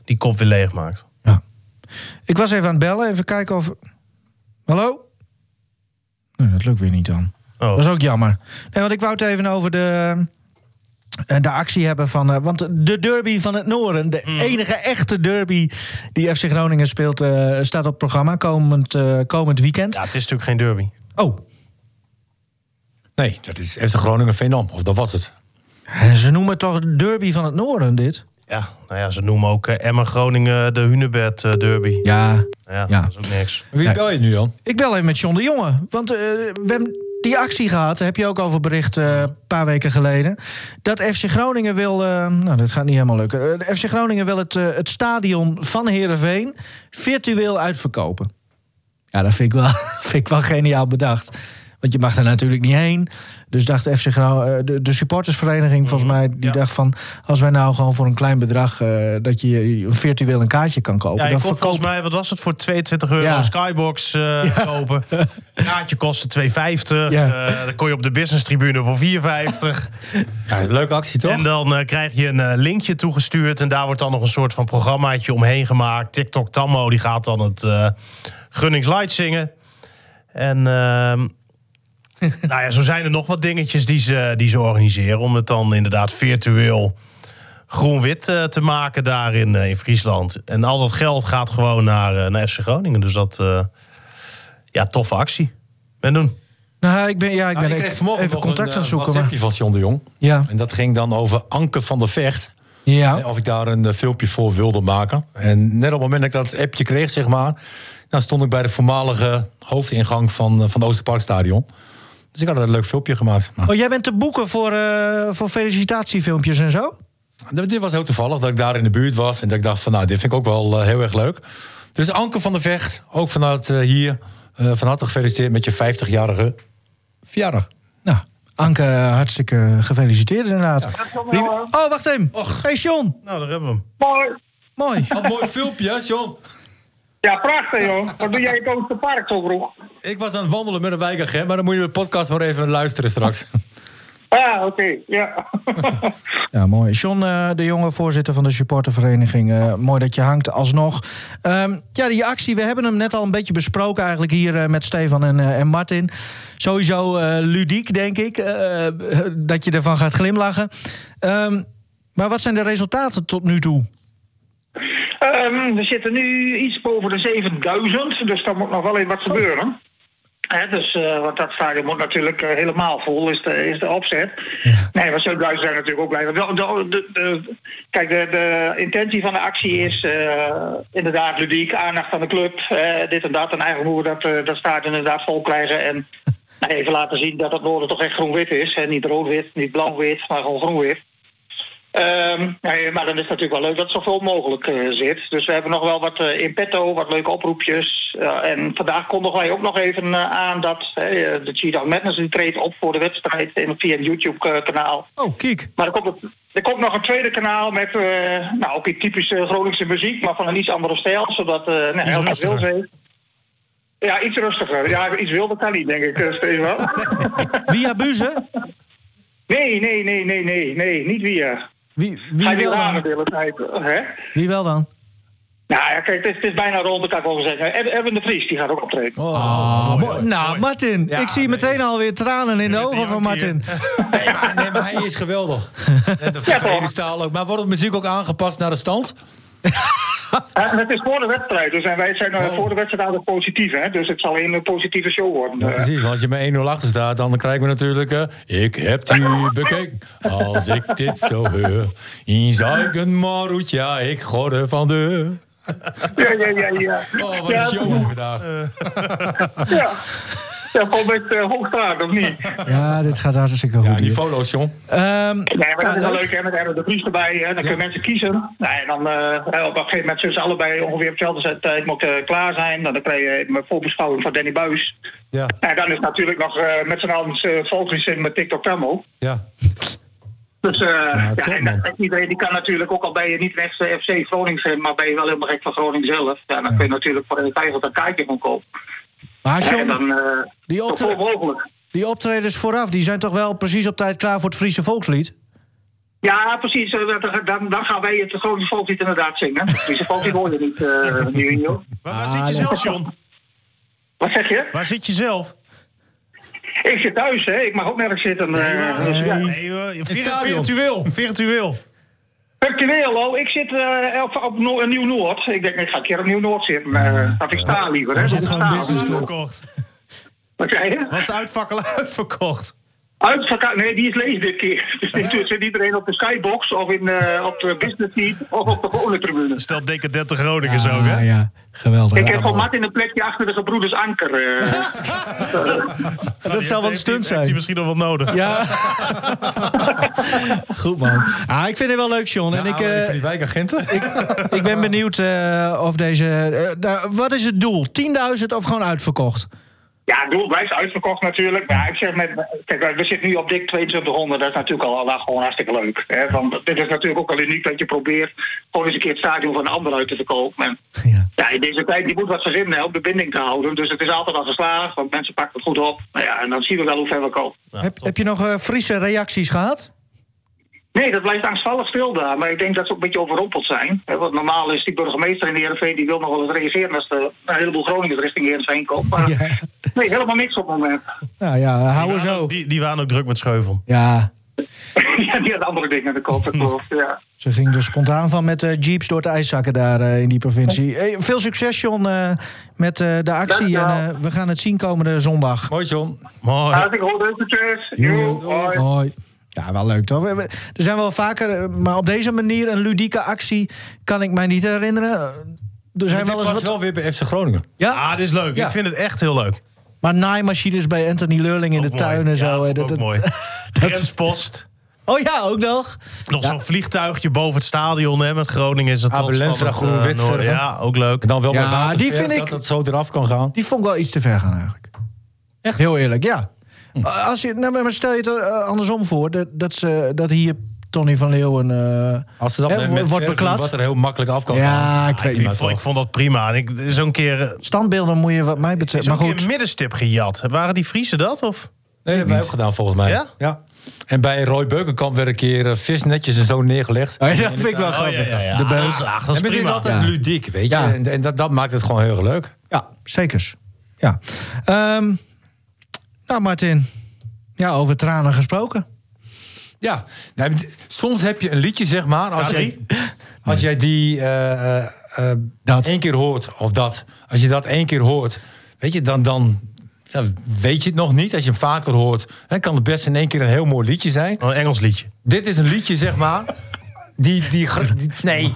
[SPEAKER 5] die kop weer leeg maakt.
[SPEAKER 4] Ik was even aan het bellen, even kijken of... Hallo? Nee, dat lukt weer niet dan.
[SPEAKER 5] Oh.
[SPEAKER 4] Dat is ook jammer. Nee, want ik wou het even over de, eh, de actie hebben van. eh, want de derby van het Noorden, de
[SPEAKER 5] Mm.
[SPEAKER 4] enige echte derby die FC Groningen speelt, eh, staat op het programma komend, eh, komend weekend.
[SPEAKER 5] Ja, het is natuurlijk geen derby.
[SPEAKER 4] Oh,
[SPEAKER 1] Nee, dat is FC Groningen Veendam. Of dat was het.
[SPEAKER 4] eh, ze noemen het toch derby van het Noorden, dit?
[SPEAKER 5] Ja, nou ja, ze noemen ook eh, Emmen Groningen de Hunebed eh, derby. Nou
[SPEAKER 4] Ja.
[SPEAKER 5] Ja,
[SPEAKER 4] Ja.
[SPEAKER 5] dat is ook niks.
[SPEAKER 1] Wie
[SPEAKER 4] Nee.
[SPEAKER 1] bel je nu dan?
[SPEAKER 4] Ik bel even met John de Jonge. Want eh, we hebben die actie gehad, daar heb je ook over bericht eh, een paar weken geleden. Dat FC Groningen wil. eh, nou, dat gaat niet helemaal lukken. Eh, de FC Groningen wil het, eh, het stadion van Herenveen virtueel uitverkopen. Ja, dat vind ik wel, vind ik wel geniaal bedacht. Want je mag daar natuurlijk niet heen. Dus dacht FC Grou- eh, de, de supportersvereniging, volgens
[SPEAKER 1] Mm-hmm.
[SPEAKER 4] mij, die
[SPEAKER 5] ja.
[SPEAKER 4] dacht van... als wij nou gewoon voor een klein bedrag... eh, dat je virtueel een kaartje kan kopen...
[SPEAKER 5] Ja, je
[SPEAKER 4] dan
[SPEAKER 5] kon volgens
[SPEAKER 4] verkopen
[SPEAKER 5] mij, wat was het voor 22 euro
[SPEAKER 4] Ja.
[SPEAKER 5] Skybox eh, kopen? Een kaartje kostte 2,50.
[SPEAKER 4] Ja.
[SPEAKER 5] Eh, dan kon je op de business tribune voor 4,50.
[SPEAKER 1] Ja, dat is een leuke actie toch?
[SPEAKER 5] En dan eh, krijg je een eh, linkje toegestuurd. En daar wordt dan nog een soort van programmaatje omheen gemaakt. TikTok Tammo die gaat dan het eh Gunnings Light zingen. En ehm, nou ja, zo zijn er nog wat dingetjes die ze, die ze organiseren. Om het dan inderdaad virtueel groen-wit eh, te maken daar in, eh, in Friesland. En al dat geld gaat gewoon naar, eh, naar FC Groningen. Dus dat, eh, ja, toffe actie. Ben doen.
[SPEAKER 4] Nou, ik ben, ja, ik ben
[SPEAKER 1] Nou, ik
[SPEAKER 4] even-
[SPEAKER 1] kreeg vanmorgen
[SPEAKER 4] even
[SPEAKER 1] nog
[SPEAKER 4] contact
[SPEAKER 1] een,
[SPEAKER 4] aan het
[SPEAKER 1] eh,
[SPEAKER 4] zoeken. maar-
[SPEAKER 1] WhatsAppje van John de Jong.
[SPEAKER 4] Ja.
[SPEAKER 1] En dat ging dan over Anke van der Vecht.
[SPEAKER 4] Ja.
[SPEAKER 1] Hè, Of ik daar een eh, filmpje voor wilde maken. En net op het moment dat ik dat appje kreeg, zeg maar... Dan stond ik bij de voormalige hoofdingang van, eh, van het Oosterparkstadion. Dus ik had een leuk filmpje gemaakt. Maar
[SPEAKER 4] Oh, jij bent te boeken voor, eh, voor felicitatiefilmpjes en zo?
[SPEAKER 1] d- dit was heel toevallig dat ik daar in de buurt was. En dat ik dacht van, nou, dit vind ik ook wel eh, heel erg leuk. Dus Anke van der Vecht, ook vanuit eh, hier... eh, van harte gefeliciteerd met je 50-jarige verjaardag.
[SPEAKER 4] Nou, Anke, eh, hartstikke gefeliciteerd inderdaad. Prima. Oh, wacht even. Hey, John.
[SPEAKER 5] Nou, daar hebben we hem.
[SPEAKER 7] Mooi.
[SPEAKER 4] Mooi.
[SPEAKER 1] Wat een mooi filmpje, hè, John.
[SPEAKER 7] Ja, prachtig joh. Wat doe jij in het Oosterpark zo vroeg?
[SPEAKER 1] Ik was aan het wandelen met een wijkagent, maar dan moet je de podcast maar even luisteren straks.
[SPEAKER 7] Ah, oké. Ja.
[SPEAKER 4] Ja, mooi. John eh, de Jonge, voorzitter van de supportervereniging. Eh, mooi dat je hangt alsnog. Ehm, ja, die actie, we hebben hem net al een beetje besproken eigenlijk hier eh, met Stefan en, eh, en Martin. Sowieso eh, ludiek, denk ik, eh, dat je ervan gaat glimlachen. Ehm, maar wat zijn de resultaten tot nu toe?
[SPEAKER 7] Ehm, we zitten nu iets boven de 7000, dus daar moet nog wel even wat gebeuren. Hè, dus, eh, want dat stadion moet natuurlijk eh, helemaal vol, is de, is de opzet. Nee, maar 7000 zijn natuurlijk ook blij. Want De, de, de, de- kijk, de, de intentie van de actie is eh, inderdaad ludiek, aandacht aan de club, eh, dit en dat. En eigenlijk moeten we dat, eh, dat stadion inderdaad vol krijgen. En nou, even laten zien dat het noorden toch echt groen-wit is. Hè? Niet rood-wit, niet blauw-wit, maar gewoon groen-wit. Ehm, nee, maar dan is het natuurlijk wel leuk dat zoveel mogelijk eh, zit. Dus we hebben nog wel wat eh, in petto, wat leuke oproepjes. Ja, en vandaag kondigen wij ook nog even eh, aan dat hè, eh, de Cheetah Madness die treedt op voor de wedstrijd in, via een YouTube-kanaal.
[SPEAKER 4] Oh, kijk.
[SPEAKER 7] Maar er komt, een- er komt nog een tweede kanaal met eh, nou, ook die typische Groningse muziek, maar van een iets andere stijl, zodat eh nou, Helga
[SPEAKER 5] rustiger.
[SPEAKER 7] Wils heeft. Ja, iets rustiger. Ja, iets wilder kan niet, denk ik, eh, steeds wel.
[SPEAKER 4] Via Buzen?
[SPEAKER 7] Nee, nee, nee, nee, nee, nee, niet weer.
[SPEAKER 4] Wie,
[SPEAKER 7] Hij
[SPEAKER 4] wie,
[SPEAKER 7] wil
[SPEAKER 4] wel
[SPEAKER 7] aan
[SPEAKER 4] dan?
[SPEAKER 7] de hele tijd, hè?
[SPEAKER 4] wie wel dan?
[SPEAKER 7] Nou ja, kijk, het is, het is bijna rond, dat kan ik wel zeggen. Ed- Edwin de Vries, die gaat ook optreden.
[SPEAKER 1] Oh,
[SPEAKER 4] Mo- nou, Martin, ik zie meteen alweer tranen in de
[SPEAKER 5] bent een
[SPEAKER 4] ogen van
[SPEAKER 5] jankie,
[SPEAKER 4] Martin.
[SPEAKER 1] Nee, maar, nee, maar hij is geweldig. En de
[SPEAKER 7] Ja, toch?
[SPEAKER 1] hele staal ook. Maar wordt de muziek ook aangepast naar de stand?
[SPEAKER 7] Ja, Eh, het is voor de wedstrijd, dus en wij zijn eh,
[SPEAKER 1] Oh.
[SPEAKER 7] voor de wedstrijd altijd positief, hè? Dus het zal alleen een positieve show worden.
[SPEAKER 1] Ja,
[SPEAKER 7] Eh,
[SPEAKER 1] precies. Want als je met 1-0 achter staat, dan krijgen we natuurlijk... eh, ik heb u bekeken, als ik dit zo hoor. In zuigen maroet, ja, ik gorde van de...
[SPEAKER 7] Ja, ja, ja, ja.
[SPEAKER 1] Oh, wat
[SPEAKER 7] ja,
[SPEAKER 1] een show vandaag.
[SPEAKER 7] Ja. Ja, gewoon met eh hoogstaat, of niet?
[SPEAKER 4] Ja, dit gaat hartstikke goed.
[SPEAKER 1] Ja, die
[SPEAKER 4] hier.
[SPEAKER 1] foto's, John.
[SPEAKER 4] Ehm,
[SPEAKER 7] Nee, maar dat is wel
[SPEAKER 4] leuk.
[SPEAKER 7] leuk, hè? Met Erwin de Vries erbij, hè? Dan kunnen mensen kiezen. Nou, en dan eh, op een gegeven moment zullen ze allebei ongeveer op dezelfde tijd moeten eh, klaar zijn. Dan krijg je een voorbeschouwing van Danny Buis.
[SPEAKER 1] Ja,
[SPEAKER 7] En dan is natuurlijk nog eh, met z'n allen uh, volgens in met TikTok Tammo.
[SPEAKER 1] ja.
[SPEAKER 7] Dus eh, ja,
[SPEAKER 1] top,
[SPEAKER 7] en
[SPEAKER 1] man.
[SPEAKER 7] dat- iedereen die kan natuurlijk ook al bij je niet rechts eh, FC Groningen zijn, maar ben je wel helemaal gek van Groningen zelf. Ja, dan kun je natuurlijk voor een vijftig een kaartje gaan kopen.
[SPEAKER 4] Maar
[SPEAKER 7] Ja, en
[SPEAKER 4] John,
[SPEAKER 7] dan eh
[SPEAKER 4] die,
[SPEAKER 7] zoveel
[SPEAKER 4] optre-
[SPEAKER 7] mogelijk.
[SPEAKER 4] die optredens vooraf, die zijn toch wel precies op tijd klaar voor het Friese volkslied?
[SPEAKER 7] Ja, precies. eh, dat- Dan, dan gaan wij het Groningen volkslied inderdaad zingen. Dus het volkslied hoor je niet, eh nu, joh.
[SPEAKER 5] Waar, waar zit je zelf, John?
[SPEAKER 7] Wat zeg je?
[SPEAKER 5] Waar zit je zelf?
[SPEAKER 7] Ik zit thuis, hè. Ik mag ook nergens zitten. eh, dus ja.
[SPEAKER 5] Nee, joh, vir-
[SPEAKER 1] stadion.
[SPEAKER 5] virtueel. Virtueel.
[SPEAKER 7] Virtueel, oh, ik zit eh, op, op Noor- Nieuw-Noord. Ik denk, ik ga een keer op Nieuw-Noord zitten. maar dat ik sta liever, hè. Dat ik sta.
[SPEAKER 4] dus
[SPEAKER 5] Uitverkocht.
[SPEAKER 7] Wat zei je?
[SPEAKER 5] Was de uitvakkel uitverkocht?
[SPEAKER 7] Uitverka- nee, die is leeg dit keer. Dus dit doet- zit iedereen op de skybox of in, eh, op de business seat of op de gewone tribune.
[SPEAKER 5] Stelt decadente Groningen zo, hè?
[SPEAKER 4] Ah, ja, geweldig.
[SPEAKER 7] Ik heb voor Martin een plekje achter de gebroeders Anker. eh.
[SPEAKER 4] dat zou wel een stunt
[SPEAKER 5] Heeft hij
[SPEAKER 4] zijn.
[SPEAKER 5] misschien nog wel nodig.
[SPEAKER 4] Ja. Goed, man. Ah, ik vind het wel leuk, John. En ik, eh,
[SPEAKER 1] van die wijkagenten.
[SPEAKER 4] ik ben benieuwd eh, of deze... eh, nou, wat is het doel? 10.000 of gewoon uitverkocht?
[SPEAKER 7] Ja, het doel blijft uitverkocht natuurlijk. Maar ik zeg met, kijk, we zitten nu op dik 2200. Dat is natuurlijk al, al gewoon hartstikke leuk. Hè? Want dit is natuurlijk ook al uniek dat je probeert gewoon eens een keer het stadion van een ander uit te verkopen. En,
[SPEAKER 4] Ja.
[SPEAKER 7] ja, in deze tijd, je moet wat verzinnen hè, om de binding te houden. Dus het is altijd al geslaagd, want mensen pakken het goed op. Nou ja, en dan zien we wel hoe ver we komen.
[SPEAKER 5] Nou,
[SPEAKER 4] heb, heb je nog eh, Friese reacties gehad?
[SPEAKER 7] Nee, dat blijft angstvallig stil daar. Maar ik denk dat ze ook een beetje overrompeld zijn. Hè, Want normaal is die burgemeester in Heerenveen... die wil nog wel eens reageren als er een heleboel Groningen richting Heerenveen komt. Maar
[SPEAKER 4] Ja.
[SPEAKER 7] nee, helemaal niks op het moment.
[SPEAKER 4] Nou ja,
[SPEAKER 5] Die
[SPEAKER 4] houden
[SPEAKER 5] waren
[SPEAKER 4] zo.
[SPEAKER 5] ook- Die, die waren ook druk met scheuvel.
[SPEAKER 4] Ja,
[SPEAKER 7] ja, die had andere dingen in de kop, dat klopt. Ja.
[SPEAKER 4] ze ging er spontaan van met eh, jeeps door het ijszakken daar eh, in die provincie. Hey, veel succes, John, eh, met eh, de actie. En,
[SPEAKER 7] Dankjewel.
[SPEAKER 4] eh, we gaan het zien komende zondag.
[SPEAKER 1] Mooi, John.
[SPEAKER 5] Mooi.
[SPEAKER 7] Hartelijk hoor, succes. Joe, hoi.
[SPEAKER 4] Hoi. Ja, wel leuk toch? We- we- Er zijn wel vaker, eh, maar op deze manier een ludieke actie kan ik mij niet herinneren. Eh, Er zijn
[SPEAKER 1] Dit
[SPEAKER 4] wel eens
[SPEAKER 1] past
[SPEAKER 4] wat.
[SPEAKER 1] wel weer bij FC Groningen.
[SPEAKER 4] Ja,
[SPEAKER 5] Ah, dit is leuk.
[SPEAKER 4] Ja. Oh,
[SPEAKER 5] Ik vind het echt heel leuk.
[SPEAKER 4] maar naaimachines bij Anthony Leurling in de
[SPEAKER 5] Ook
[SPEAKER 4] tuin
[SPEAKER 5] mooi.
[SPEAKER 4] en zo.
[SPEAKER 5] Ja,
[SPEAKER 4] eh,
[SPEAKER 5] vond ik
[SPEAKER 4] dat-
[SPEAKER 5] ook
[SPEAKER 4] dat-
[SPEAKER 5] mooi. Grenspost.
[SPEAKER 4] Oh ja, ook nog.
[SPEAKER 5] Nog zo'n vliegtuigje boven het stadion. Hè, met Groningen is dat
[SPEAKER 1] Ah,
[SPEAKER 5] dan
[SPEAKER 1] Belenstra, groen, wit verven.
[SPEAKER 5] eh, Ja, ook leuk.
[SPEAKER 1] En dan wel
[SPEAKER 4] Ja,
[SPEAKER 1] met waterverf,
[SPEAKER 4] die vind ik-
[SPEAKER 1] dat het zo eraf kan gaan.
[SPEAKER 4] Die vond ik wel iets te ver gaan eigenlijk. Echt? Heel eerlijk, ja. Eh, Als je, nou, maar stel je het er, eh, andersom voor, dat, dat, ze, dat hier Tony van Leeuwen. eh,
[SPEAKER 1] Als ze dat
[SPEAKER 4] hè,
[SPEAKER 1] met,
[SPEAKER 4] wo-
[SPEAKER 1] met
[SPEAKER 4] wordt
[SPEAKER 1] verf doen,
[SPEAKER 4] beklad.
[SPEAKER 1] wat er heel makkelijk af kan gaan.
[SPEAKER 4] ja, ik weet
[SPEAKER 5] Ik,
[SPEAKER 4] niet.
[SPEAKER 5] vond, ik vond dat prima. En ik, zo'n keer, eh,
[SPEAKER 4] Standbeelden moet je, wat mij betreft.
[SPEAKER 5] zo'n
[SPEAKER 4] Maar
[SPEAKER 5] keer een
[SPEAKER 4] goed,
[SPEAKER 5] middenstip gejat. Waren die Friesen dat? Of?
[SPEAKER 1] Nee, dat hebben wij ook gedaan volgens mij.
[SPEAKER 5] Ja?
[SPEAKER 1] En bij Roy Beukenkamp werd een keer eh, visnetjes en zo neergelegd.
[SPEAKER 4] Oh, ja, dat vind ik wel
[SPEAKER 5] Oh, ja,
[SPEAKER 4] grappig.
[SPEAKER 5] ja, ja.
[SPEAKER 4] De
[SPEAKER 5] Ah,
[SPEAKER 4] beul.
[SPEAKER 5] dat is- ah, dat is
[SPEAKER 1] en het is
[SPEAKER 5] prima.
[SPEAKER 1] altijd
[SPEAKER 4] Ja.
[SPEAKER 1] ludiek, weet je.
[SPEAKER 4] Ja.
[SPEAKER 1] En, en dat, dat maakt het gewoon heel erg leuk.
[SPEAKER 4] Ja, zekers. Ja. Ehm, nou, Martin. Ja, over tranen gesproken.
[SPEAKER 1] Ja, nou, d- soms heb je een liedje, zeg maar. Als, jij,
[SPEAKER 5] K3?
[SPEAKER 1] als jij die eh, eh, eh,
[SPEAKER 4] Dat.
[SPEAKER 1] één keer hoort, of dat. Als je dat één keer hoort, weet je, dan, dan ja, weet je het nog niet. Als je hem vaker hoort, hè, kan het best in één keer een heel mooi liedje zijn.
[SPEAKER 5] Een Oh, Engels liedje.
[SPEAKER 1] Dit is een liedje, zeg maar. Die, die, gr- die- nee,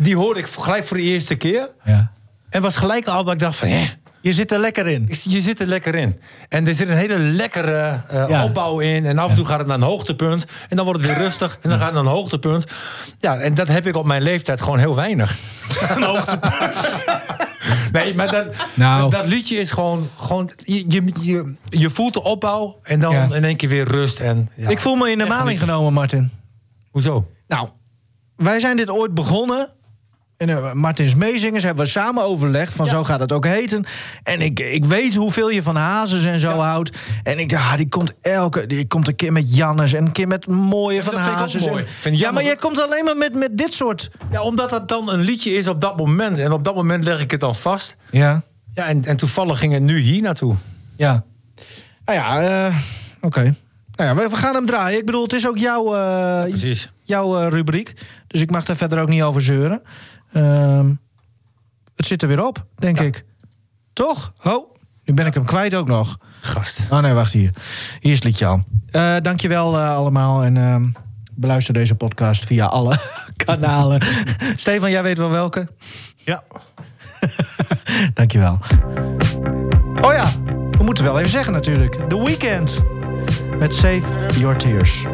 [SPEAKER 1] die hoorde ik gelijk voor de eerste keer.
[SPEAKER 4] Ja.
[SPEAKER 1] En was gelijk al dat ik dacht van, hè,
[SPEAKER 4] Je zit er lekker in.
[SPEAKER 1] ik- je zit er lekker in. En er zit een hele lekkere eh,
[SPEAKER 4] Ja.
[SPEAKER 1] opbouw in. En af en toe gaat het naar een hoogtepunt. En dan wordt het weer rustig. En dan gaat het naar een hoogtepunt. Ja, en dat heb ik op mijn leeftijd gewoon heel weinig.
[SPEAKER 5] Een hoogtepunt.
[SPEAKER 1] Nee, maar dat,
[SPEAKER 4] Nou.
[SPEAKER 1] dat liedje is gewoon... gewoon je, je, je, je voelt de opbouw en dan
[SPEAKER 4] Ja.
[SPEAKER 1] in één keer weer rust. En, ja.
[SPEAKER 4] Ik voel me in de maling genomen, Martin.
[SPEAKER 1] Hoezo?
[SPEAKER 4] Nou, wij zijn dit ooit begonnen. En eh, Martins Meezingers hebben we samen overlegd. Van zo gaat het ook heten. En ik, ik weet hoeveel je van Hazes en zo houdt. En ik dacht, ah, die komt elke. Die komt een keer met Jannes. En een keer met mooie van
[SPEAKER 1] dat vind ik ook
[SPEAKER 4] Hazes. en-
[SPEAKER 1] mooi. Vind
[SPEAKER 4] ja,
[SPEAKER 1] Jannes
[SPEAKER 4] maar jij
[SPEAKER 1] ook-
[SPEAKER 4] komt alleen maar met, met dit soort.
[SPEAKER 1] Ja, omdat dat dan een liedje is op dat moment. En op dat moment leg ik het dan vast.
[SPEAKER 4] Ja.
[SPEAKER 1] Ja, en, en toevallig ging het nu hier naartoe.
[SPEAKER 4] Ja. Nou ja, eh, oké. Nou ja, we, we gaan hem draaien. Ik bedoel, het is ook jouw, eh,
[SPEAKER 1] Precies.
[SPEAKER 4] jouw eh, rubriek. Dus ik mag daar verder ook niet over zeuren. Ehm, het zit er weer op, denk ik. Toch? Ho, nu ben ik hem kwijt ook nog.
[SPEAKER 1] Gast.
[SPEAKER 4] Oh nee, wacht hier. Hier is het liedje al. Eh dankjewel eh, allemaal en ehm, beluister deze podcast via alle kanalen. Stefan, jij weet wel welke.
[SPEAKER 5] Ja.
[SPEAKER 4] Dankjewel. Oh ja, we moeten wel even zeggen natuurlijk. The Weekend met Save Your Tears.